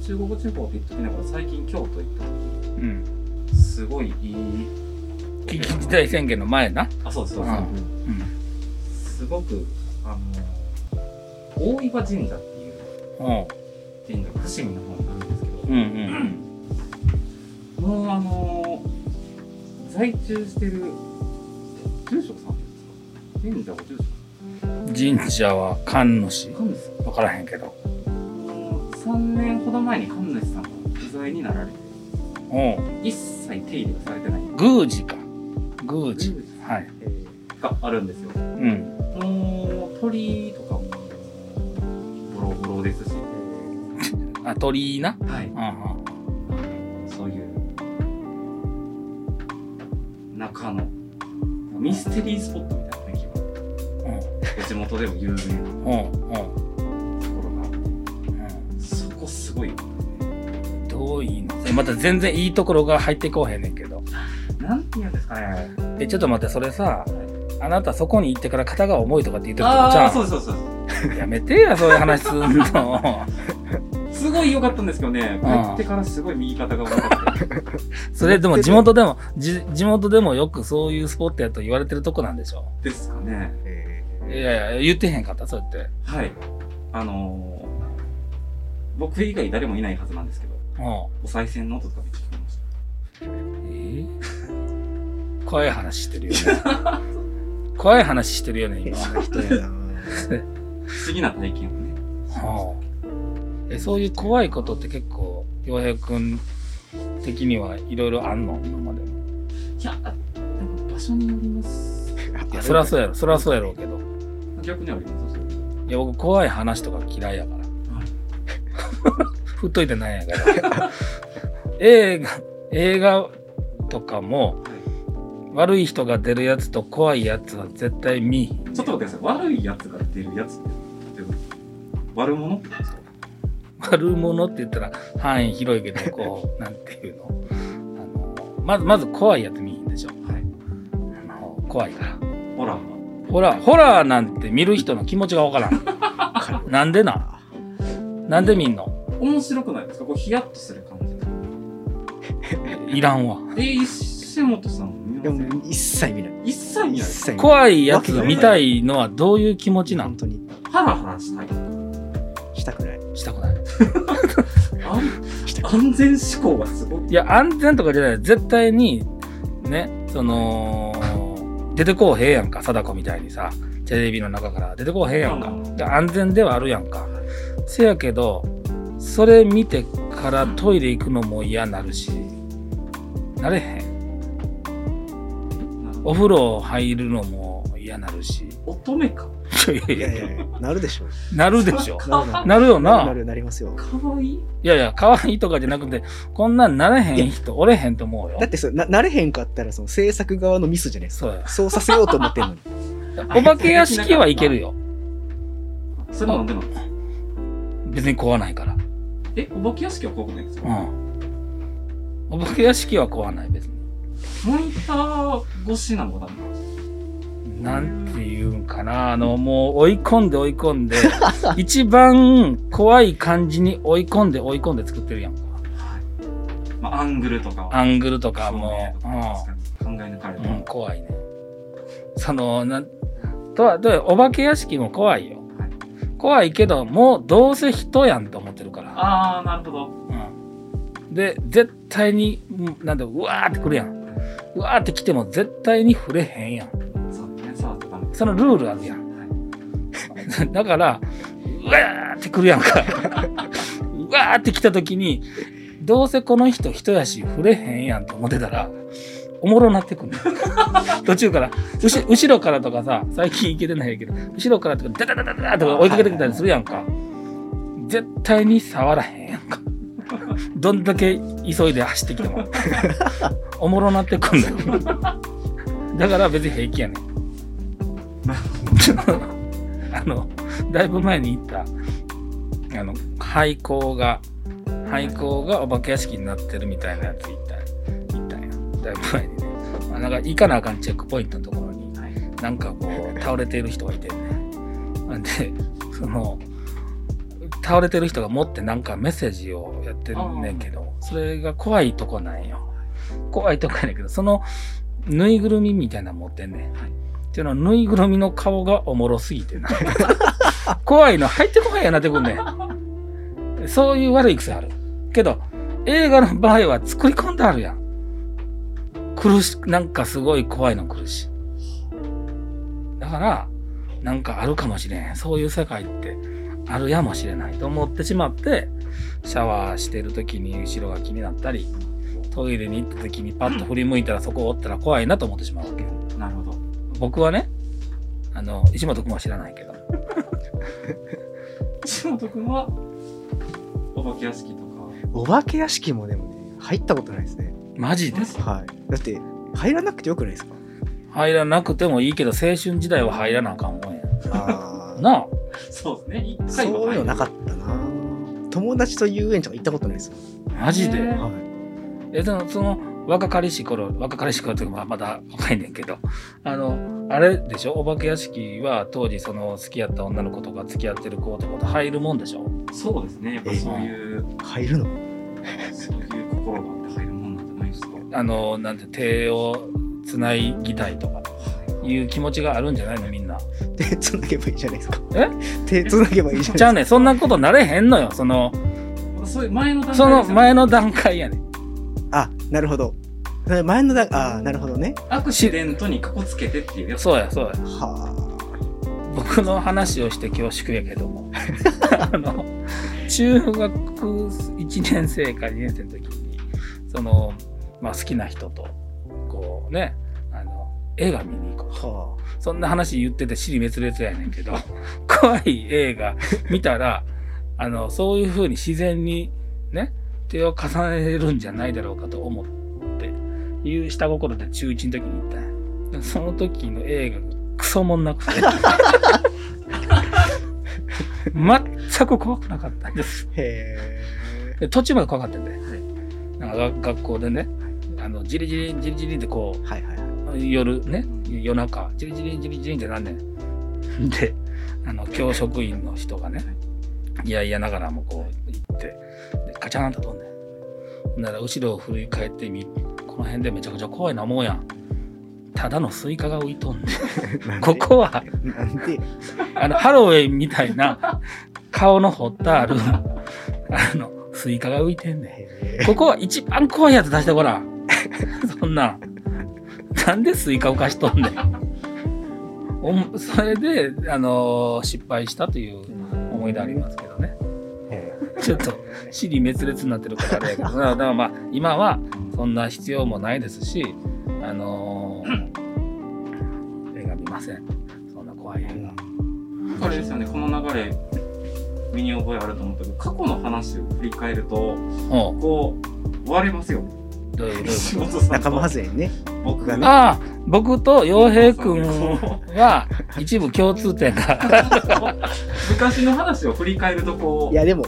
C: あ中国地方って言っときながら最近京都行った
B: うん。
C: 時すごいいい
B: 緊急事態宣言の前な。
C: あそうですそう
B: う
C: です、
B: ん。
C: すごくあの大岩神社っていう
B: うん。
C: 神社が伏見の方にあるんですけど、
B: うんうん。
C: もうあのー、在中してる住職さんですか神社ご住職
B: 神社は神主。
C: 神主さ
B: わからへんけど。
C: んもう3年ほど前に神主さんが不在になられて
B: うん。
C: 一切手入れがされてない
B: 宮司か。宮司。
C: 神
B: はい。
C: 社があるんですよ
B: うん。
C: もう鳥とかもボロボロですし
B: あ、鳥居な。
C: はい
B: うんうん。
C: そういう中のミステリースポットみたいなね気分お地元でも有名な
B: うん。うん。うん。
C: ところがあってそこすごいよ
B: どういいのまた全然いいところが入ってこうへんねんけど。
C: なんて言うんですかね。
B: え、ちょっと待って、それさ、あなたそこに行ってから肩が重いとかって言ってるとこち
C: あ
B: ゃ
C: あ、そうそうそう。
B: うやめてや、そういう話すんの。
C: すごい良かったんですけどね、
B: うん
C: 帰ってからすごい右肩が悪かって。
B: それでも地元でも、じ地元でもよくそういうスポットやと言われてるとこなんでしょ
C: ですかね。
A: え
B: い
A: ー
B: やいや、言ってへんかった、そうやって。
C: はい。あのー、僕以外誰もいないはずなんですけど、
B: う
C: お賽銭の音とかめっちゃ聞こえまし
B: ん。え怖い話してるよね。怖い話してるよね、今。
A: そういう人やな。
C: た。不思議な体験をね。
B: うんえそういう怖いことって結構洋平君的にはいろいろあんの今までも
C: いや、でも場所によります。
B: いやそりゃそうやろそりゃそうやろうけど
C: 逆にあります。そういう
B: いや僕怖い話とか嫌いやから *laughs* 振っといてないんやから映画映画とかも悪い人が出るやつと怖いやつは絶対見いひん
C: ちょっと待ってください。悪いやつが出るやつって、例えば、悪者ってことですか
B: 悪者って言ったら範囲広いけどこうなんていうのあのまずまず怖いやつ見いひんでしょ
C: はい。
B: あの怖いから
C: ホラー
B: ホラー、ホラーなんて見る人の気持ちがわからん。 *laughs* なんでななんで見んの
C: が面白くないですかこうヒヤッとする感じ。
B: いらんわ。
C: え、石本さん見
A: で
C: ません
A: も一切見ない。
C: 一切見ない
A: 一切見ない。
B: 怖いやつ見たいのはどういう気持ちな
A: 本
B: ん
A: 当に
C: ハラハラしたい
A: したくない。
B: したくない。
C: あ
A: したくない。
C: 安全志向がすごい
B: いや、安全とかじゃない。絶対に、ね、その、出てこうへんやんか、貞子みたいにさ、テレビの中から出てこうへんやんか
C: うん。
B: で安全ではあるやんか。せやけど、それ見てからトイレ行くのも嫌なるし、なれへん。お風呂入るのも嫌なるし、
C: 乙女か
B: いやい
A: い
B: や
A: やい
B: いや
A: やいや、なるでしょう。
B: なるでしょ。
A: なるなる
B: なるよ
A: なるな
B: な。
A: るなりますよ。
C: かわいい
B: いやいや、可愛いとかじゃなくて、こんなんなれへん人おれへんと思うよ
A: だっ。てそれな、なれへんかったら、その制作側のミスじゃないです
B: そうや
A: か。。そうさせようと思ってんのに。
B: お化け屋敷はいけるよ。
C: それも飲んでも
B: 別に怖ないから。
C: えお化け屋敷は怖くないですか、
B: うん。お化け屋敷は怖ない、別に。
C: モニター越しなのかな
B: なんていうんかな、あの、もう追い込んで追い込 *laughs* んで、一番怖い感じに追い込んで追い込んで作ってるやんか。
C: まあアングルとか
B: アングルとか
C: 照
B: も
C: 明と
B: う、
C: か確かに考え抜かれて
B: う
C: る
B: ん、うん、怖いね。その、なん、とは、とは、お化け屋敷も怖いよ
C: はい。
B: 怖いけど、もうどうせ人やんと思ってるから。
C: ああなるほど
B: うん、で、絶対に、うんなんだ、うわーって来るやん。うわーって来ても絶対に触れへんやん。
C: そうね触ったダメ
B: そのルールあるやん。 *laughs* だから、うわーって来るやんか。 *laughs* うわーって来た時に、どうせこの人人やし触れへんやんと思ってたら、おもろなってくんねん *laughs* 途中から、うし後ろからとかさ、最近行けてないけど、後ろからとか、ダダダダダダとか追いかけてきたりするやんか。絶対に触らへんやんか。どんだけ急いで走ってきても、おもろなってくんだよ。だから別に平気やねん。 *laughs* あの、だいぶ前に行った、あの、廃校が、廃校がお化け屋敷になってるみたいなやつ行った、行ったんや。だいぶ前にね。まあなんか行かなあかんチェックポイントのところに、
C: はい
B: なんかこう、倒れている人がいて、ね、で、その、倒れてる人が持ってなんかメッセージをやってんねんけど、それが怖いとこなんよ。怖いとこやねんけど、その、ぬいぐるみみたいなの持ってんねん。っていうのはぬいぐるみの顔がおもろすぎてな *laughs* 怖いの入ってこないやなってくんねんそういう悪い癖あるけど映画の場合は作り込んであるやん苦しなんかすごい怖いの苦しだからなんかあるかもしれんそういう世界ってあるやもしれないと思ってしまってシャワーしてる時に後ろが気になったりトイレに行った時にパッと振り向いたらそこおったら怖いなと思ってしまうわけよ
C: なるほど
B: 僕はねあの石本君は知らないけど
C: 石本君はお化け屋敷とか
A: お化け屋敷もでもね、入ったことないですね。
B: マジで
A: はい。だって、入らなくてよくないですか
B: 入らなくてもいいけど青春時代は入らなあかんもんや
A: あー
B: なあ
C: そうですね一
A: *laughs* そ
C: 回は
A: ういうのなかったな。友達と遊園地とか行ったことないですよ。
B: マジで、
C: へえ
A: はい。
B: えでもその若かりし頃若かりし頃というかまあまだ若いねんけどあのあれでしょお化け屋敷は当時その好きやった女の子とか付き合ってる子とかと入るもんでしょ
C: そうですねやっぱそういう
A: 入るの *laughs*
C: そういう心があって入るもんなんじゃないですか
B: あのなんて手をつないぎたいとかいう気持ちがあるんじゃないのみんな
A: 手つなげばいいじゃないですか。
B: え
A: *laughs* 手つなげばいいじゃ
B: じゃ
A: な
B: あ
A: いで
B: ねそんなことなれへんのよその
C: そういう前の段階
B: その前
C: の
B: の段階やねん
A: すか。あ、なるほど。前のだ、あーなるほどね。
C: アクシデントにここつけてっていうやつ
B: そうやそうや
A: は
B: 僕の話をして恐縮やけども *laughs* あの中学1年生か2年生の時にその、まあ、好きな人とこうねあの映画見に行こ
A: あ。
B: う
A: は
B: そんな話言ってて尻滅裂やねんけど *laughs* 怖い映画見たらあのそういう風に自然にね手を重ねるんじゃないだろうかと思っていう下心で中1の時に行ったんやその時の映画がクソもんなくて全く怖くなかったんです
A: あ。へえ。
B: で途中まで怖かったんで、なんかが学校でねあのじりじりじりじりってこう
A: はいはいはい。
B: 夜ね夜中ジリジリジリジリってなんねん *laughs* であの教職員の人がねいやいやながらもこう行ってでカチャンと飛んでほんなら後ろを振り返ってみこの辺でめちゃくちゃ怖いな思うやんただのスイカが浮いとんで *laughs*
A: なんで
B: ここは
A: なんで、
B: あのハロウェイみたいな顔の彫ったあるあのスイカが浮いてんねん
A: へ *laughs*
B: ここは一番怖いやつ出してごらん。 *laughs* そんなん。なんでスイカ浮かしとんねん。おんそれで、あのー失敗したという思い出ありますけどね。
A: え。
B: ちょっと、尻滅裂になってるからあれやけど、だからだからまあ、今はそんな必要もないですし、あのー映画見ません。そんな怖い映画。
C: なんかあれですよね、この流れ、身に覚えあると思ったけど、過去の話を振り返ると、
B: おう
C: こう、割れます
A: *laughs*
C: よ。
B: どういうどう
C: *laughs*
B: いう
C: 石本さんと
A: 仲間外れね。
C: 僕がね。
B: ああ、僕と洋平君
C: *laughs* こ
B: は一部共通点が。
C: う昔の話を振り返ると、こ、
A: いうや、でも、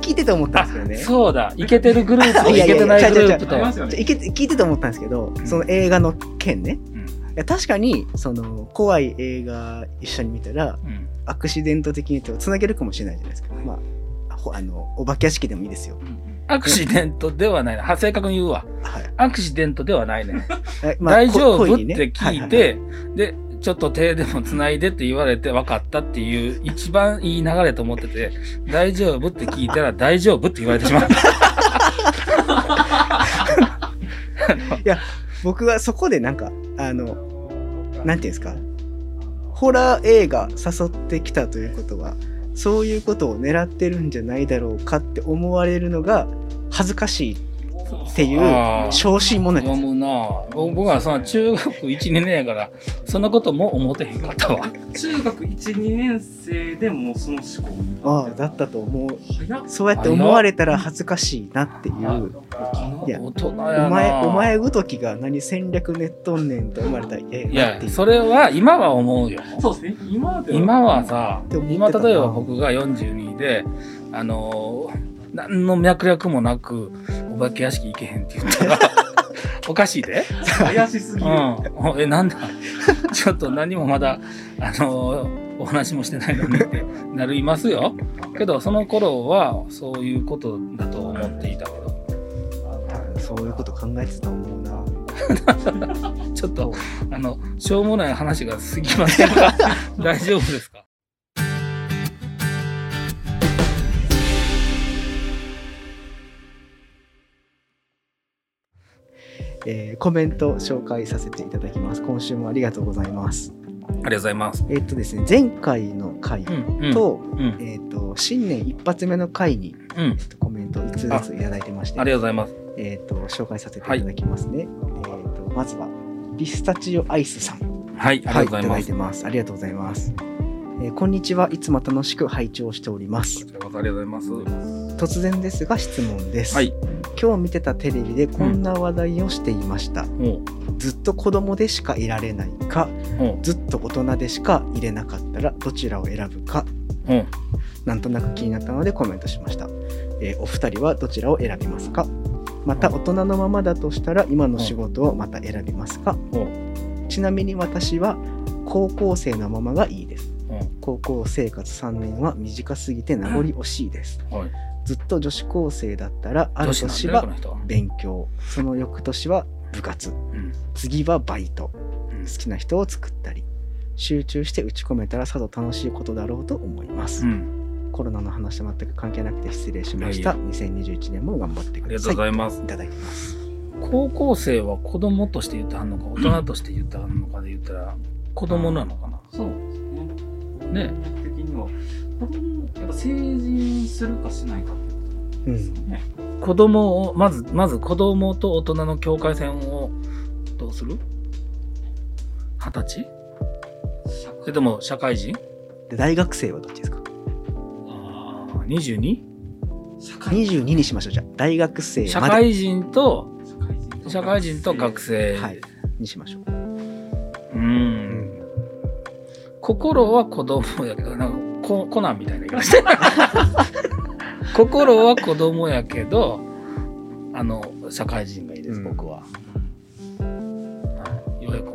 A: 聞いてて思ったんですけどね。
B: そうだ、イケてるグループ
A: *laughs*
B: と
A: い
B: イ
A: やいや
B: ケてないグルー
A: ち
B: プ
A: ょ
B: と
C: あり。ますよ
A: ちょ
C: ね。
A: いけ聞いてて思ったんですけど、その映画の件ね。
B: うん
A: いや確かに、その、怖い映画一緒に見たら、
B: うん
A: アクシデント的につなげるかもしれないじゃないですか。まあ、ほあの、お化け屋敷でもいいですよ。
B: アクシデントではないな。は正確に言うわ。
A: はい。
B: アクシデントではないね。
A: え *laughs* まあ
B: 大丈夫
A: こ
B: っ
A: 恋にね
B: て
A: は
B: 聞い
A: はは
B: て、で、ちょっと手でも繋いでって言われて分かったっていう、一番いい流れと思ってて、大丈夫って聞いたら大丈夫って言われてしま
A: *laughs*
B: う。
A: 僕はそこでなんか、あの、なんていうんですか、ホラー映画誘ってきたということは、そういうことを狙ってるんじゃないだろうかって思われるのが恥ずかしいっていう、
B: あー
A: 小心者です。
B: 思うなぁ僕はその中学12年やからそんなことも思ってへんかったわ
C: 中学1、2年生でもうその思考に
A: ああ、だったと思う。
C: 早っ。
A: そうやって思われたら恥ずかしいなっていう。いや
B: 大人やな
A: お前、お前ごときが何戦略ネットんねんと思われたらええ
B: い
A: なっ
B: や
A: ていう。
B: それは今は思うよ
C: そうですね。今までは
B: 今はさ
A: って思
B: 今
A: ってたな
B: 例えば僕が42であのー何の脈絡もなくお化け屋敷行けへんって言っ
A: *laughs*
B: たらおかしいで
C: 怪しすぎ
B: う
C: る。
B: ん。おえ、なんだ *laughs* ちょっと何もまだ、あのーお話もしてないのにってなりますよ。けど、その頃はそういうことだと思っていたけど、
A: 多分そういうこと考えてたと思うな。
B: ちょっと、あの、しょうもない話が過ぎません
A: *laughs*
B: が、大丈夫ですか
A: えーコメント紹介させていただきます。今週もありがとうございます。
B: ありがとうございます。
A: えっ、とですね、前回の回
B: うん、うん。
A: と、
B: うん、
A: えっ、と、新年一発目の回に、
B: うん
A: え。っとコメントを1通ずついただいてまして
B: あ、りがとうございます。
A: えっ、と、紹介させていただきますね。えっ、と、まずは、ピスタチオアイスさん。
B: はい、あ
A: はい、
B: りがとう
A: い
B: ご
A: た
B: ざい
A: だ
B: ま
A: い
B: す。
A: てます。ありがとうございます。えーこんにちは。いつも楽しく拝聴しております
B: こ。ちらこそありがとうございま。
A: 突然ですが質問ですす。
B: はい。
A: 今日見てたテレビでこんな話題をしていました。
B: も
A: ずっと子供でしかいられないか、
B: う、も
A: ずっと大人でしかいれなかったらどちらを選ぶか、
B: う、も
A: なんとなく気になったのでコメントしました。えーお二人はどちらを選びますかまた大人のままだとしたら今の仕事をまた選びますか
B: う、も
A: ちなみに私は高校生のままがいいです。
B: う、も
A: 高校生活3年は短すぎて名残惜しいです。
B: う、はい。
A: ずっと女子高生だったらある
B: どうし
A: 年
B: たの
A: は
B: この人は。
A: 勉強その翌年は部活
B: うん。
A: 次はバイト
B: うん
A: 好きな人を作ったり集中して打ち込めたらさぞ楽しいことだろうと思います、
B: うん。
A: コロナの話と全く関係なくて失礼しました、
B: は
A: 2021年も頑張って
B: あ
A: く
B: り
A: だ
B: がと
A: さ
B: う
A: い
B: ございます。
A: いただきます
B: 高校生は子供として言ってはんのか大人として言ってはんのかで言ったら子供なのかな
C: そうですね。
B: ね
C: 基本的には、子供やっぱ成人するかしないかっていうこと
A: う
C: ですよ
A: ん
C: ね。
B: 子供をまずまず子供と大人の境界線をどうする二十歳
C: 社
B: それとも社会人
A: で大学生はどっちですか
B: ああ 22?
C: 社会
A: 22
C: 人
A: にしましょうじゃあ大学生
B: 社
A: まで
B: 会人と
C: 社会人と
B: 社会人と学生、
A: はいにしましょう
B: うん心は子供やけどなんかココナンみたいな言い方 *laughs* して心は子供やけどあの社会人がいいです、
A: うん
B: 僕は。はい、ようやくは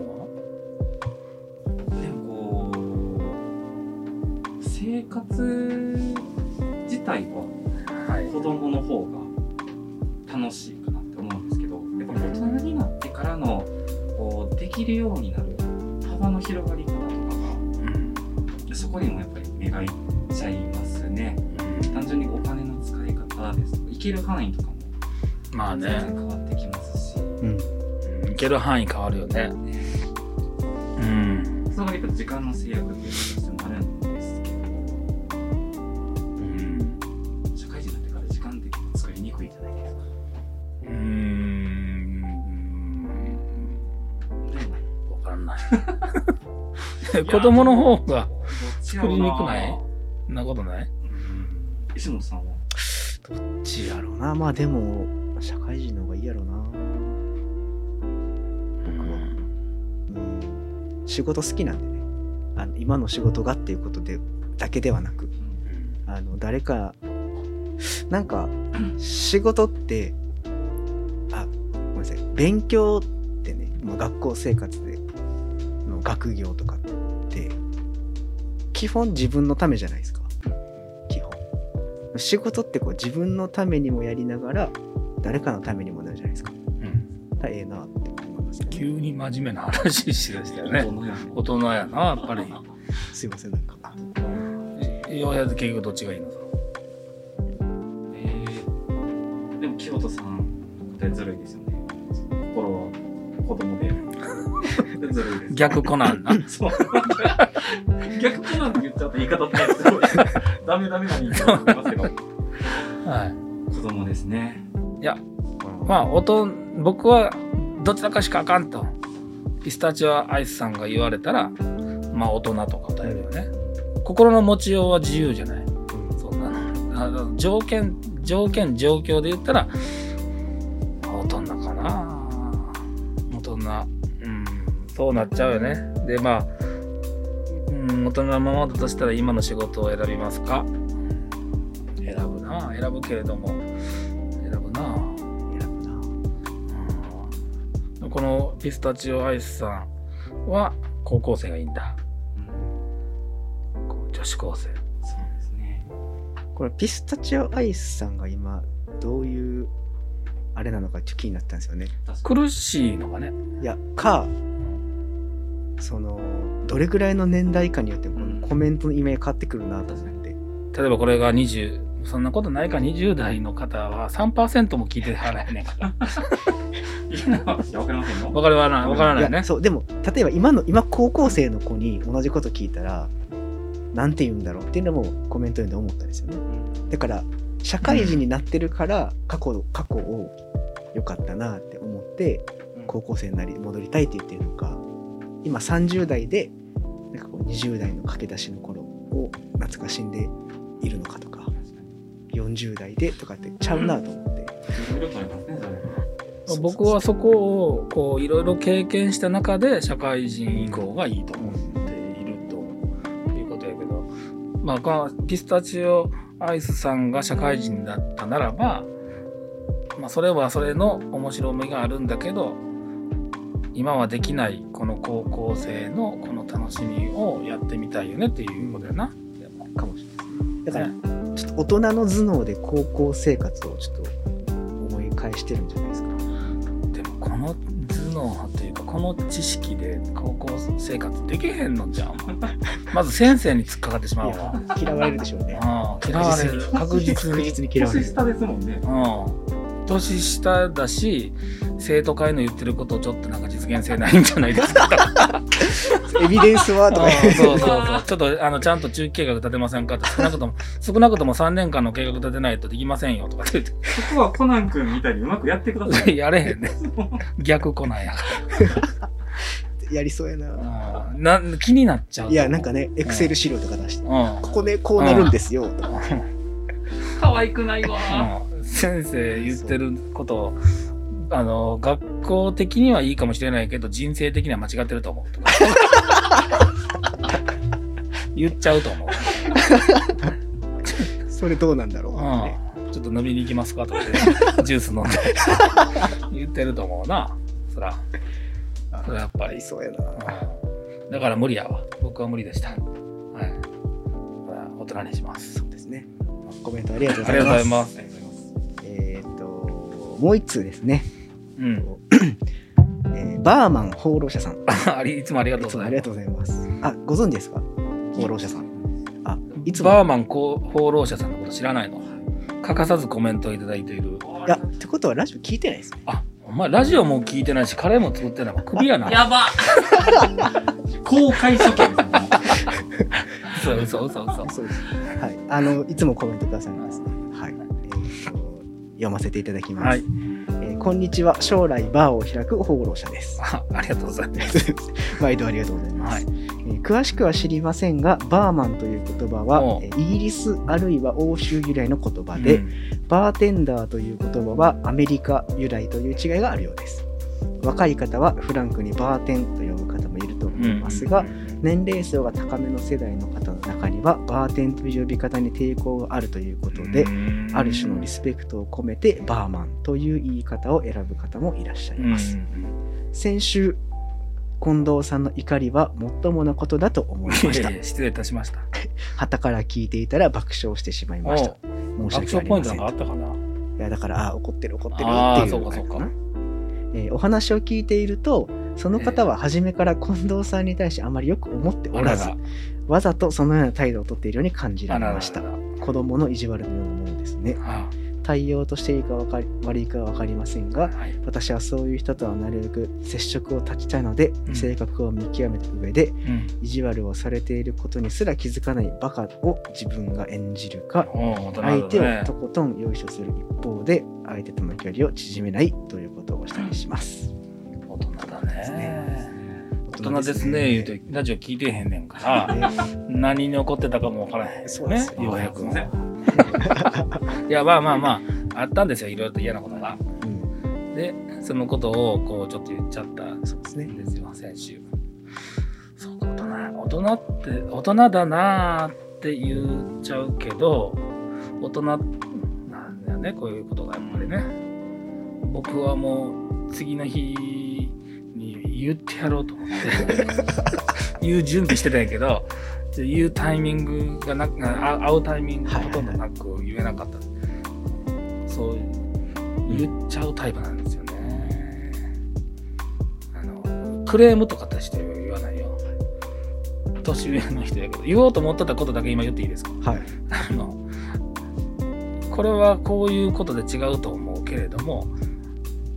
C: でもこう生活自体は
B: はい
C: 子供の方が楽しいかなって思うんですけどやっぱ大人になってからのこうできるようになる幅の広がり方とか
B: うん
C: がそこにもやっぱり目がいっちゃいますね単純にお金の使い方ですとか行ける範囲とかも
B: まあ
C: 全然
B: ね、
C: 変わってきますし、
A: うん
B: うん行ける範囲変わるよね。
C: ね
B: うん
C: そのやっぱ時間の制約っていう形でもあるんですけど
B: うん
C: 社会人になってから時間的に作りにくいじゃないですか。
B: うん
C: でも
B: *laughs* わかんない。子供の方が
C: 僕
B: 作りにくないそんなことない
C: うん石本さんは
A: どっちやろうなまあでも社会人の方がいいやろうなうん仕事好きなんでねあの今の仕事がっていうことでだけではなくあの誰かなんか仕事ってあごめんなさい勉強ってねもう学校生活での学業とかって基本自分のためじゃないですか基本仕事ってこう自分のためにもやりながら誰かのためにもなるじゃないですか
B: うん
A: だからええなって思いますね
B: 急に真面目な話しだしたよね
C: 大人やね
B: 大人やなやっぱり
A: すいませんなんかあ
B: ようやく結局どっちがいいの
C: えーでも清田さん答えずるいですよね心は子供で *laughs* ずるいで
B: *laughs*
C: す
B: 逆コナン
C: *laughs*
B: な
C: そう。逆コナンって言っちゃった言い方ってすごいダメダメな言い方だと思いますけ
B: はい
C: ど。子供ですね。
B: まあ音僕はどちらかしかあかんとピスタチオアイスさんが言われたらまあ大人とか歌えるよね心の持ちようは自由じゃないそんなのあの条件条件状況で言ったら大人かな大人うんそうなっちゃうよねでまあうん大人のままだとしたら今の仕事を選びますか選ぶな選ぶけれども選ぶな
A: 選ぶな
B: うんこのピスタチオアイスさんは高校生がいいんだ
C: うん
B: こう女子高生
C: そうですね。
A: これピスタチオアイスさんが今どういうあれなのかちょっと気になったんですよね
C: 確かに
B: 苦しいのがね
A: いやかそのどれぐらいの年代かによってこ
C: うん
A: のコメントの意味が変わってくるなと思って、
B: 例えばこれが20そんなことないか20代の方は3%も聞いてはらへんねんから
C: いいな。わかりませんよ。
B: わかるわなわからないよ
A: い
B: ね
A: やそうでも例えば今の今高校生の子に同じこと聞いたらなんて言うんだろうっていうのもコメント読んで思ったんですよねだから社会人になってるから過去過去を良かったなって思って
C: うん
A: 高校生になり戻りたいって言ってるのか今30代でなんかこう20代の駆け出しの頃を懐かしんでいるのかとか
C: 確かに
A: 40代でとかってちゃうなと思って、
C: いろいろとありますね、それは。
B: 僕はそこをこういろいろ経験した中で社会人以降がいいと思っているということやけど、まあこのピスタチオアイスさんが社会人だったならば、まあ、それはそれの面白みがあるんだけど今はできないこの高校生のこの楽しみをやってみたいよねっていうことやな。でも
A: かもしれないだからちょっと大人の頭脳で高校生活をちょっと思い返してるんじゃないですか
B: でもこの頭脳というかこの知識で高校生活できへんのじゃん *laughs* まず先生に突っかかってしまう
A: い
B: わ
A: や嫌われるでしょうね
B: ああ嫌われる *laughs* 確実
A: 確
B: に
A: 実に嫌われる *laughs*
C: 年下ですもんね。
B: うん年下だし生徒会の言ってることちょっとなんか実現性ないんじゃないですか
A: エビデンスは *laughs* とか
B: そう
A: 言う
B: そうそうちょっとあのちゃんと中期計画立てませんかって少なくとも少なくとも3年間の計画立てないとできませんよとかって言って
C: そこはコナン君みたいにうまくやってくださ
B: *laughs*
C: い。
B: やれへんね逆来ないやか
A: やりそうやな
B: ら、うんな気になっちゃう
A: い
B: い
A: やなんかねエクセル資料とか出して、
B: うん
A: ここでこうなるんですよとか、
C: 可愛くないわ。
B: うん先生言ってることをあの学校的にはいいかもしれないけど人生的には間違ってると思うとか言っちゃうと思う、
A: それどうなんだろうってね、
B: うん、ちょっと飲みに行きますかとかでジュース飲んで言ってると思うなそら
A: あ
B: それやっぱ
A: あ
B: り
A: り、そうやな
B: うんだから無理やわ僕は無理でした、はい、まあ大人にします
A: そうですね。コメントありがとうご
B: あ
A: ざ
B: り
A: い
B: がとう
A: ま
B: ご
A: す。
B: ざいます
C: ありがとうございます。
A: えーっと、もう一通ですね。
B: うん、
A: え
B: *laughs*
A: ーバーマン放浪者さん。
B: ありいつもありがとうござい
A: あ
B: ます
A: りがとうございます。あ、ご存知ですか放浪者さん。あ、いつも。
B: バーマンこう放浪者さんのこと知らないの欠かさずコメントをいただいている
A: いや、ってことはラジオ聞いてないですね。
B: あお前ラジオも聞いてないしカレーも作ってないもうクビやな
C: やば *laughs* 公開処刑ですね。
B: 嘘嘘嘘嘘
A: そうです。はい。あの、いつもコメントくださいますね。はい。えーっと読ませていただきます。
B: はい
A: えーこんにちは将来バーを開く放浪者です
B: あありがとうござい *laughs* ます。
A: 毎度ありがとうございます、
B: はい
A: えー詳しくは知りませんがバーマンという言葉は
B: おう
A: えーイギリスあるいは欧州由来の言葉で、
B: うん
A: バーテンダーという言葉はアメリカ由来という違いがあるようです若い方はフランクにバーテンと呼ぶ方もいると思いますが、年齢層が高めの世代の方の中にはバーテンという呼び方に抵抗があるということで、ある種のリスペクトを込めてバーマンという言い方を選ぶ方もいらっしゃいます、先週近藤さんの怒りはもっともなことだと思いま
B: いやい
A: した
B: やいや失礼いたしました。
A: 旗から聞いていたら爆笑してしまいました申し
B: ア
A: 訳
B: クシ
A: あ
B: ョン
A: り
B: ポイン
A: ま
B: ト
A: せ
B: なん
A: ん
B: かあったかない
A: やだからあー怒ってる怒ってる
B: あ
A: っ
B: ー
A: ていう
B: そうかそうか
A: あれなえーお話を聞いているとその方は初めから近藤さんに対してあまりよく思ってお
B: あ
A: ら
B: ら
A: ず
B: ら
A: わざとそのような態度をとっているように感じら
B: あ
A: れ
B: らら
A: ました子供の意地悪のようなものですね
B: あ
A: 対応としていいかわかり悪いかは分かりませんが
B: はい
A: 私はそういう人とはなるべく接触を断ちたいので、
B: うん
A: 性格を見極めた上で
B: うん
A: 意地悪をされていることにすら気づかないバカを自分が演じるか
B: おう大人だね
A: 相手をとことん容赦する一方で相手との距離を縮めないということをしたりします。
B: 大人だね。
A: 大
B: 大人ですね言うてラジオ聞いてへんねんから
A: ね
B: 何に怒ってたかもわからへん
A: そうですよ
B: ようやく
C: すいません
B: いやまあまあまああったんですよいろいろと嫌なことが
A: うん
B: でそのことをこうちょっと言っちゃったん
A: そうですね。
B: ですよ先週そうか大人大人って大人だなーって言っちゃうけど大人なんだよねこういうことがやっぱりね僕はもう次の日に言ってやろうと思って言う準備してたんやけど言うタイミングがなくあ会うタイミングがほとんどなく言えなかった、そう言っちゃうタイプなんですよねあのクレームとかってして言わないよ年上の人やけど言おうと思ってたことだけ今言っていいですか
A: はい。
B: あのこれはこういうことで違うと思うけれども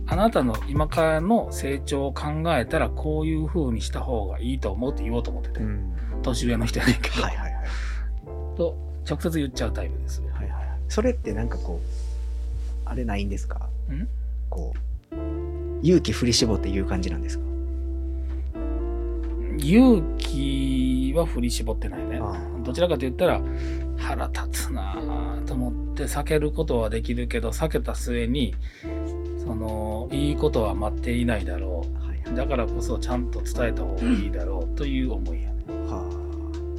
B: あなたの今からの成長を考えたらこういう風にした方がいいと思うって言おうと思ってて、
A: うん
B: 年上の人やねんけど、
A: はいはいはい
B: と直接言っちゃうタイプです、
A: はいはい。それってなんかこうあれないんですか
B: ん？
A: こう勇気振り絞って言う感じなんですか？
B: 勇気は振り絞ってないね
A: あ
B: どちらかと言ったら腹立つなぁと思って避けることはできるけど避けた末にそのいいことは待っていないだろう
A: あはいはい。
B: だからこそちゃんと伝えた方がいいだろうという思いやね。
A: はあ。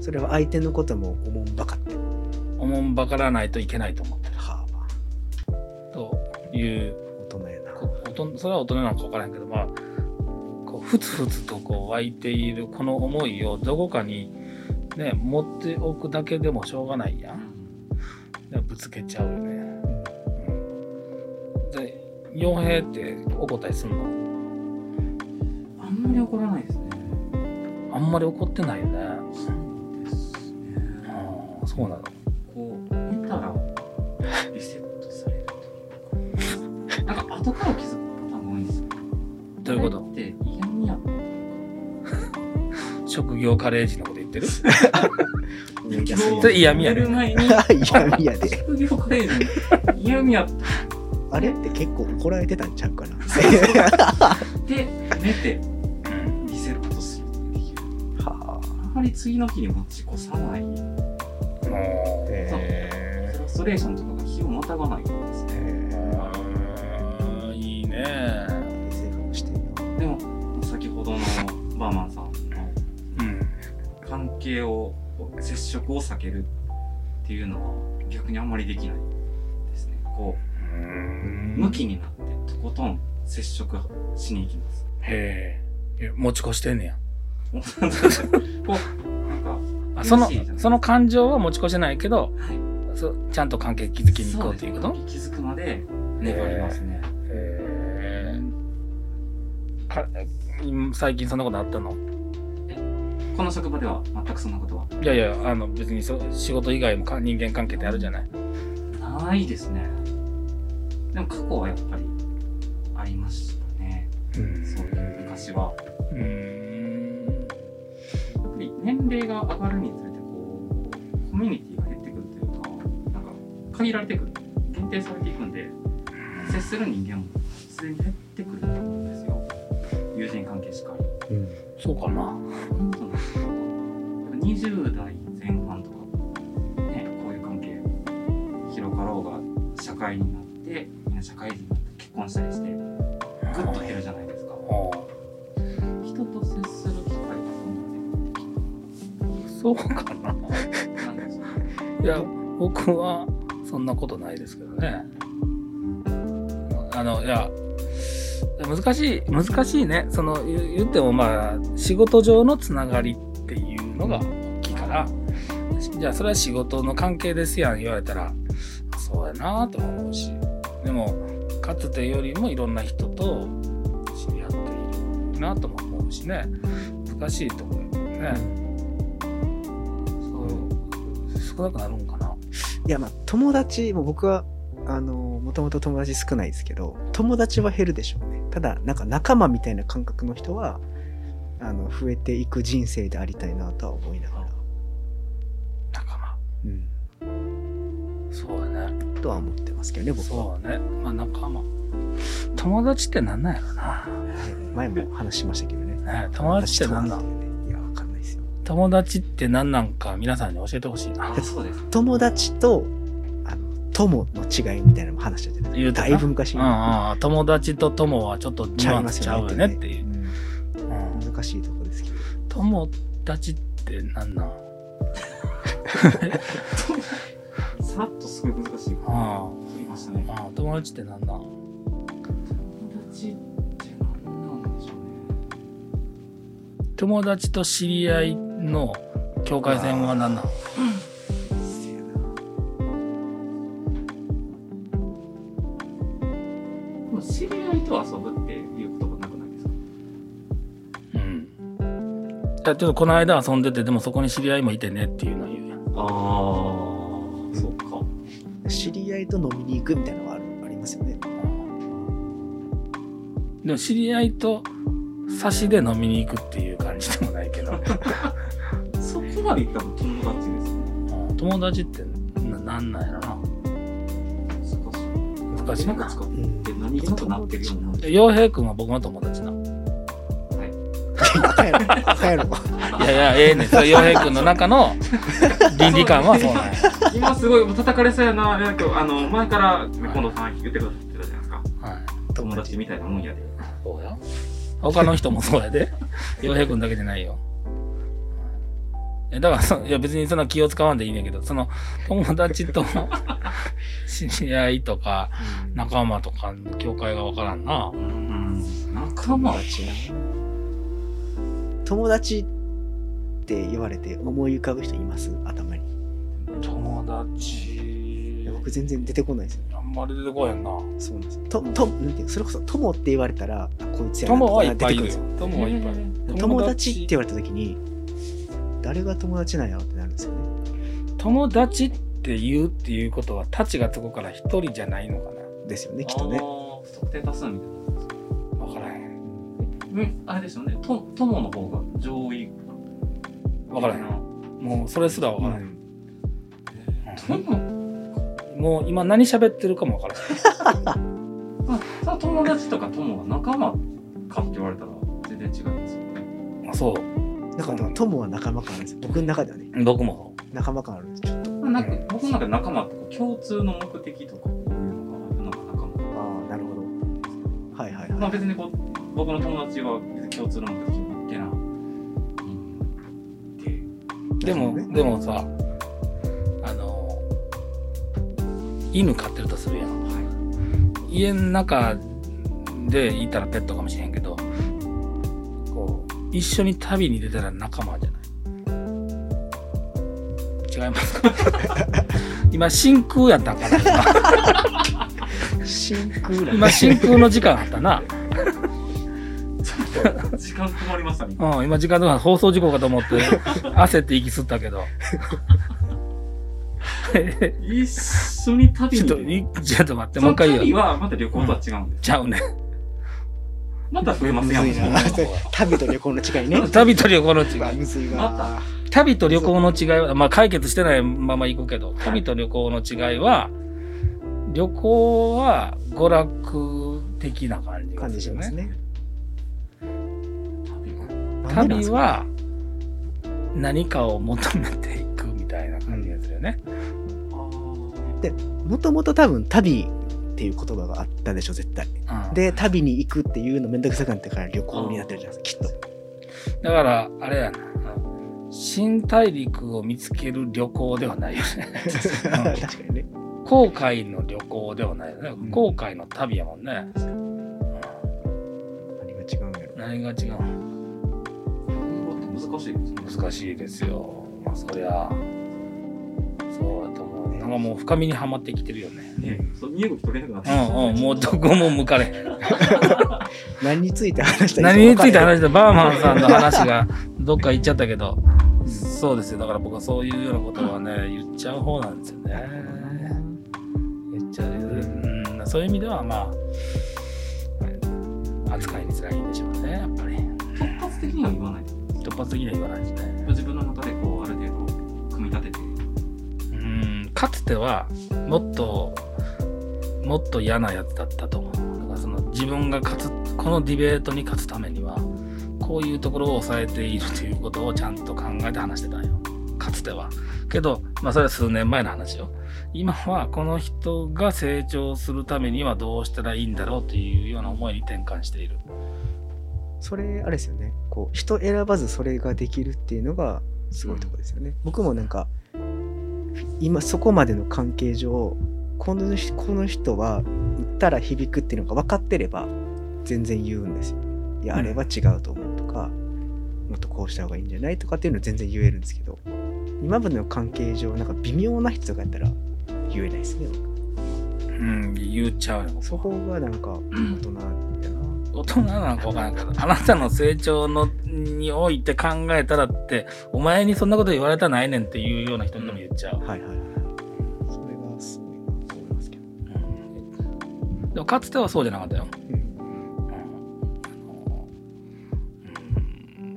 A: それは相手のことも思うんばかって。は
B: おもんばからないといけないと思ってる。
A: あ。
B: という、
A: 大人やな。
B: こおとそれは大人なのか分からへんけど、まあ、こうふつふつとこう湧いているこの思いをどこかに、ね、持っておくだけでもしょうがないやん。でぶつけちゃうよね。うん、で、傭兵って怒ったりするの
C: あんまり怒らないですね。
B: あんまり怒ってないよね。
C: そうです
B: あ
C: ね。
B: ーそうなの。
C: こう、寝たら、リセットされるというか。なんか、後から気づくパターンが多いんですよ。
B: どういうこと
C: これって、嫌味や。
B: 職業カレージのこと言ってる
A: うん。いや
B: それ嫌味やね
C: 寝る前に、
A: 嫌みやで。
C: 職業カレージ嫌味やっ
A: あれって結構怒られてたんちゃうかな。
C: て、寝て、
B: うん
C: リセットすることができる。
A: は
C: あんまり次の日に持ち越さない。フ
B: もう
A: あ。へ
C: ラストレーションとかが日をまたがないんですね。
A: え。
B: あーいいね。
A: 性格してみよ
C: でも、先ほどのバーマンさんの
B: うん。
C: 関係を接触を避けるっていうのは逆にあんまりできないですねこう向
B: 向
C: きになってとことん接触しに行きます
B: *laughs* へええ。持ち越してんねや。
C: こうなんか
B: あその
C: 嬉しいじゃん
B: その感情は持ち越してないけど、
C: はい
B: そちゃんと関係築きに行こう
C: そ
B: と
C: で
B: い
C: す
B: う
C: ね
B: こと。
C: 気づくまで粘りますね、
B: へえかうん最近そんなことあったの
C: この職場では全くそんなことはい
B: やいやあの別にそ仕事以外もか人間関係ってあるじゃない
C: ないですねでも過去はやっぱりありましたねそういう昔は
B: うん
C: やっぱり年齢が上がるにつれてこうコミュニティが減ってくるというかなんか限られてくる限定されていくんで接する人間も自然に減ってくると思うんですよ友人関係しかり
A: うん
B: そうかな。
C: そうなんですよ20代前半とかねこういう関係広がろうが社会になってみんな社会人になって結婚したりしてぐっと減るじゃないですか
B: あ
C: 人と接する機会がそ
B: あそ
C: ん
B: うかな。
C: なにないですよ
B: いや、僕はそんなことないですけどね。あの、いや、難しい、難しいね。その、言言ってもまあ、仕事上のつながりっていうのが大きいから、じゃあそれは仕事の関係ですやん言われたら、そうやなとも思うし、でも、かつてよりもいろんな人と知り合っているなとも思うしね。難しいところよね。そう、少なくなるんかな。
A: いやまあ友達も僕はあのもともと友達少ないですけど友達は減るでしょうねただなんか仲間みたいな感覚の人はあの増えていく人生でありたいなとは思いながら、
B: 仲間。
A: うん、
B: そうだね。
A: とは思ってますけどね僕は、
B: そうだね。まあ仲間。友達ってなんなんやろな。
A: ね前も話しましたけどね
B: ね、友達ってなんな
A: 友達っ
B: ん
A: てねいやわかんないですよ
B: 友達ってなんなんか皆さんに教えてほしいな。
C: *laughs* あそうですね
A: 友達とあの友の違いみたいなのも話したじゃない
B: 言う
A: です
B: た
A: か
B: な
A: だいぶ昔
B: う
A: に、
B: んうんうん、友達と友はちょっとニ
A: ち
B: ュ
A: ゃ
B: ア
A: い
B: ン
A: ま
B: ス
A: す
B: ち
A: よ
B: ゃ
A: ね
B: うよねっていう。
A: ん
B: うん
A: 難しいとこですけど
B: 友達ってなんなん
C: さらっとすごい難しいこと
B: あ
C: 言いましたね
B: あ、うん友達ってなんなん
C: 友達って何なんでしょう
B: 友達と知り合いの境界線は何なん
A: せやな
C: ねでも知り合いと遊ぶっていう言葉なくないですか
B: うん。いや、ちょっとこの間遊んでて、でもそこに知り合いもいてねっていうのは言うやん。
C: ああそうか
A: 知り合いと飲みに行くみたいなのがあるありますよ
B: *laughs*
A: ね
B: でも知り合いと差しで飲みに行くっていう感じでもないけど
C: そこまでいったら友達ですね
B: うん *laughs* 友達ってななんなんやろな
C: 難
B: 難しいな
C: なんか使って何かとなってるようなもんで
B: 洋平君は僕の友達な
A: 帰ろ帰ろ
B: いやいやええねんそれ洋平君の中の倫理観はそうなんや
C: 今すごい叩かれそうやななんかあの前から近藤さん言ってくださってたじゃないですか
B: はい
C: 友達みたいなもんやで
B: そうや他の人もそうやで洋平君だけじゃないよいやだからそいや別にそんな気を使わんでいいねんけどその友達と知り合いとか仲間とかの境界がわからんな
C: うん仲間は違
A: 友達って言われて思い浮かぶ人います頭に
B: 友達
A: いや僕全然出てこないですよ
B: あんまり出てこへんな
A: そうなんですよととなんていうのそれこそ友って言われたらあこいつやな
B: 友はいっ
A: と
B: ぱ
A: か
B: い
A: 出
B: い
A: てくるん
B: る
A: ですよ
B: よ友はいっぱいいる
A: 友達って言われた時に誰が友達なんやろってなるんですよね
B: 友達って言うっていうことは太ちがつくから一人じゃないのか
A: ですよね
C: う
A: きっとね
C: あー不特定多数みたいな
B: なわからへん
C: うんあれですよねと友の方が上位
B: わからへんもうそれすらわからへん、
C: 友
B: もう今何喋ってるかもわからへん
C: まあその友達とか友は仲間かって言われたら全然違いますよね
B: あそう
A: なんかだから友は仲間感あるんですよ僕の中ではね
B: 僕も
A: 仲間感あるんですちょっと
C: まあなんか僕の中で仲間ってこう共通の目的とかこういうのがあるのが仲間
A: ああなるほどはいはい
C: ま
A: は
C: あ
A: い
C: 別にこう僕の友達は別に共通の目的を持ってな、うん、で
B: でも、
A: なるほどね
B: でもさあの犬飼ってるとするやん、家の中でいたらペットかもしれんけどこう一緒に旅に出たら仲間じゃない違いますか *laughs* 今真空やったんか
A: *laughs*
B: な
A: 真空
B: 今今真空の時間あったな、
C: 時間止まりましたね
B: うん、今時間とか放送事故かと思って焦って息吸ったけど *laughs*
C: 一緒に旅
B: ちょっ
C: に
B: といちょっと待って
C: そ
B: もう
C: の
B: 一回言
C: 旅
B: う
C: はまた旅行とは違うんです、
B: ちゃうね
C: また増えますやん
A: むずいな旅 *laughs* と旅行の違いね
B: 旅と旅行の違
A: うわ
B: い
A: むずい
C: ま
A: わ
B: 旅と旅行の違いは、まあ、解決してないまま行くけど旅と旅行の違いは旅行は娯楽的な感じが
A: 感じ
B: す
A: し
B: る
A: ま
B: ね
A: すね。
C: 旅が
A: なんでなんで
B: 旅
A: すかね
B: は何かを求めていくみたいな感じがするよね。
C: あー
A: もともと多分旅っていう言葉があったでしょ絶対
B: うん
A: で旅に行くっていうのめんどくさくなってから旅行になってるじゃないですかきっと
B: だからあれやなあの新大陸を見つける旅行ではないよね
A: *laughs* 確かにね
B: 航海の旅行ではないよね
A: ん
B: 航海の旅やもんね、うん
A: 何が違うんやろ
B: 何が違うの
C: 旅行って難しいですね
B: 難しいですよまあそりゃそうだと思うなんかもう深みにはまってきてるよね
C: ねそう身動き取れなく
B: う
C: なって
B: んうんもうどこも向かれへん
A: 何について話したら
B: 何について
A: わかんない
B: 話したバーマンさんの話がどっか行っちゃったけどそうですよだから僕はそういうようなことはね言っちゃう方なんですよね言っちゃう、うん、そういう意味ではまあ扱いに辛いんでしょうねやっぱり
C: 突発的には言わない
B: 突発的には言わないですね
C: 自分の中でこうある程度組み立てて
B: うんかつてはもっともっと嫌なやつだったと思うだからその自分が勝つこのディベートに勝つためにはこういうところを抑えているということをちゃんと考えて話してたんよかつてはけど、まあ、それは数年前の話よ今はこの人が成長するためにはどうしたらいいんだろうというような思いに転換している
A: それあれですよねこう人選ばずそれができるっていうのがすごいとこですよね、僕もなんか今そこまでの関係上この人この人は言ったら響くっていうのが分かってれば全然言うんですよいや
B: うん
A: あれは違うと思うとか、もっとこうした方がいいんじゃないとかっていうのは全然言えるんですけど今までの関係上なんか微妙な人とかやったら言えないですね僕
B: うん言っちゃうよ
A: そこがなんか大人だな
B: 大人なんかわからんけど、あなたの成長のにおいて考えたらって、お前にそんなこと言われたないねんっていうような人にでも言っちゃう。
A: はいはいはいはいそれがすごいなと思いますけど、
B: うんでもかつてはそうじゃなかったよ。うんあの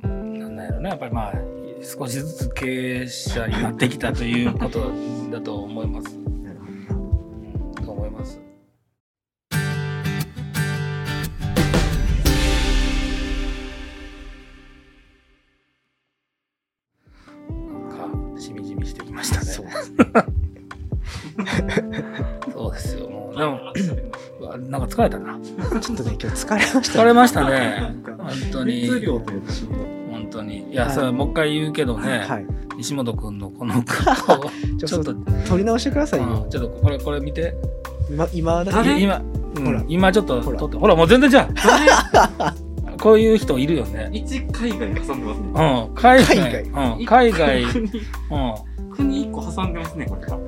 B: うんなんだろうね、やっぱりまあ、少しずつ経営者になってきたということだと思います。
A: なるほどな
B: うんと思います。なんかしみじみしてきましたね。
A: そうですね。
B: そうですよ。もうでもうわなんか疲れたな。
A: ちょっとね、今日疲れました、
B: 疲れましたね。本当
C: 熱
B: に
C: 量というか
B: 本当にいや、
A: はい
B: それはもう一回言うけどね、
A: はい。
B: 西本君のこの顔を
A: ちょ
B: *laughs* ちょっ
A: っと
B: と、うん
A: 取り直してくださいよ。
B: ちょっとこれこれ見て。
A: 今、今だ
C: 誰
A: け。
B: 今、うん
A: ほら
B: 今ちょっと
A: ほら
B: 撮ってほらもう全然
A: *laughs*
B: じゃんこういう人いるよね
C: 一海外挟んでますね
B: うん海外
A: 海
B: うん、海外、う
C: 国
B: ん、
C: *laughs* 国一個挟んでますねこれが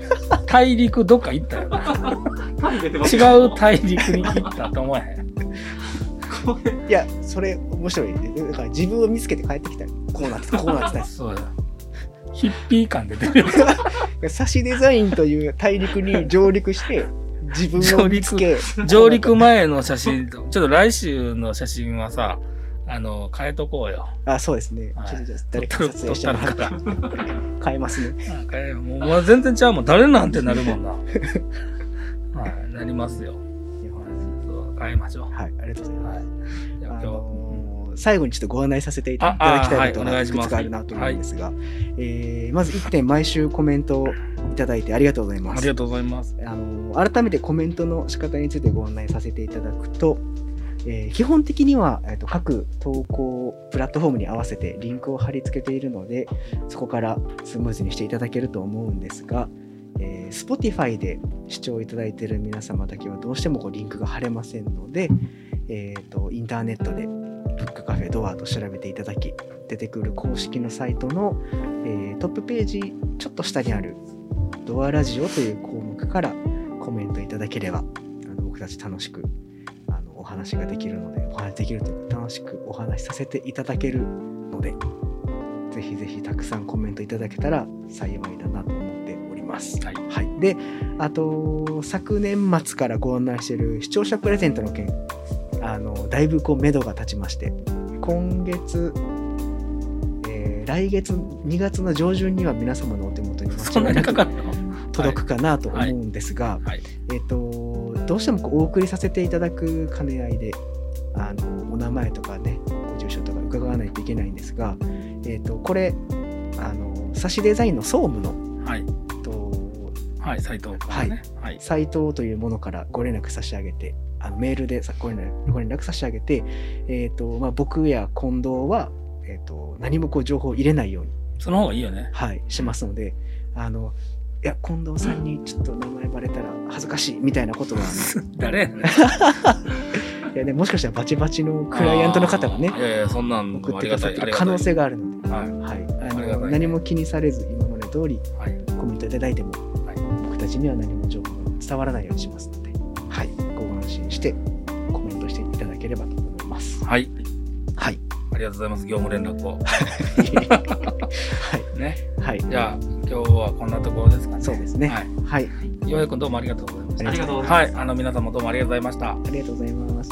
B: 大陸どっか行ったよ
A: *laughs*
B: な
C: 旅出てます
B: 違
C: ね
B: う大陸に行ったと思えへん
C: これ
A: いや、それ面白いね。だから自分を見つけて帰ってきた。こうなってた、こうなって
B: そうだヒッピー感出てるよ
A: *laughs* た。サシデザインという大陸に上陸して、自分を見つけ、
B: 上陸前の写真とちょっと来週の写真はさあの変えとこうよ
A: あ、そうですね。
B: はい
A: ちょっとじゃあ
B: 撮
A: 誰
B: った
A: か
B: る
A: 撮
B: 撮
A: 影
B: っ
A: して
B: た
A: も
B: る
A: らっ
B: から
A: て変えますね。
B: なんかねもうもう全然ちゃうもん誰なんてなるもんなはいなりますよ
A: いや
B: そう変えましょう
A: はい、ありがとうございます。
B: はい。じゃあ
A: あ
B: 今日、
A: のー最後にちょっとご案内させてい
B: あ
A: ただきたいこと
B: あはいお
A: が
B: 願い
A: い
B: し
A: く
B: ます
A: つかあるなと思うんですが、えーまず1点毎週コメントをいただいてありがとうございま
B: あ
A: す
B: り。がとうございます。
A: あの改めてコメントの仕方についてご案内させていただくと、えー基本的には、えー、と各投稿プラットフォームに合わせてリンクを貼り付けているのでそこからスムーズにしていただけると思うんですが、えー Spotify で視聴いただいている皆様だけはどうしてもこうリンクが貼れませんので、えー、とインターネットでブックカフェドアと調べていただき出てくる公式のサイトの、えートップページちょっと下にある「ドアラジオ」という項目からコメントいただければあの僕たち楽しくあのお話ができるのでお話できるというか楽しくお話しさせていただけるのでぜひぜひたくさんコメントいただけたら幸いだなと思っております。
B: はい
A: であと昨年末からご案内している視聴者プレゼントの件あのだいぶこう目処が立ちまして今月えー来月2月の上旬には皆様のお手元に間違い
B: そんなにかかるの
A: 届くかなと思うんですが、
B: はい。
A: えっ、とどうしてもこうお送りさせていただく兼ね合いであのお名前とかねご住所とか伺わないといけないんですが、えー、とこれあの差しデザインの総務の
B: はい。
A: と
B: はい、斉藤君ね。はい。
A: 斉藤というものからご連絡差し上げてあのメールでさご連絡ご連絡差し上げて、えーとまあ、僕や近藤は、えー、と何もこう情報を入れないように、
B: その方がいいよね。
A: はい、しますのであのいや近藤さんにちょっと名前バレたら恥ずかしいみたいな
B: *laughs*
A: ことは、
B: 誰やねん
A: いやね、もしかしたらバチバチのクライアントの方がね
B: あーいやいや、そんなん
A: 送
B: あ
A: って
B: り
A: くださ
B: がた
A: っ
B: い。
A: て
B: あり
A: る
B: が
A: 可
B: たい
A: 能性があるので。
B: は
A: はい、あ
B: ありが
A: の
B: たいね
A: 何も気にされず今まで通り
B: い。はい。
A: コメントいただいても、僕たちには何も情報が伝わらないようにしますので、はい、ご安心してコメントしていただければと思います。
B: はい。
A: はい、
B: ありがとうございます。業務連絡を。
A: *laughs* はい、
B: ね。
A: はい、
B: じゃあ、今日はこんなところですかね。
A: そうですね
B: はい。
A: はい、
B: 岩井君どうもありがとうございました。
C: ありがとうございます
B: はい。あの、皆様どうもありがとうございました。
A: ありがとうございます。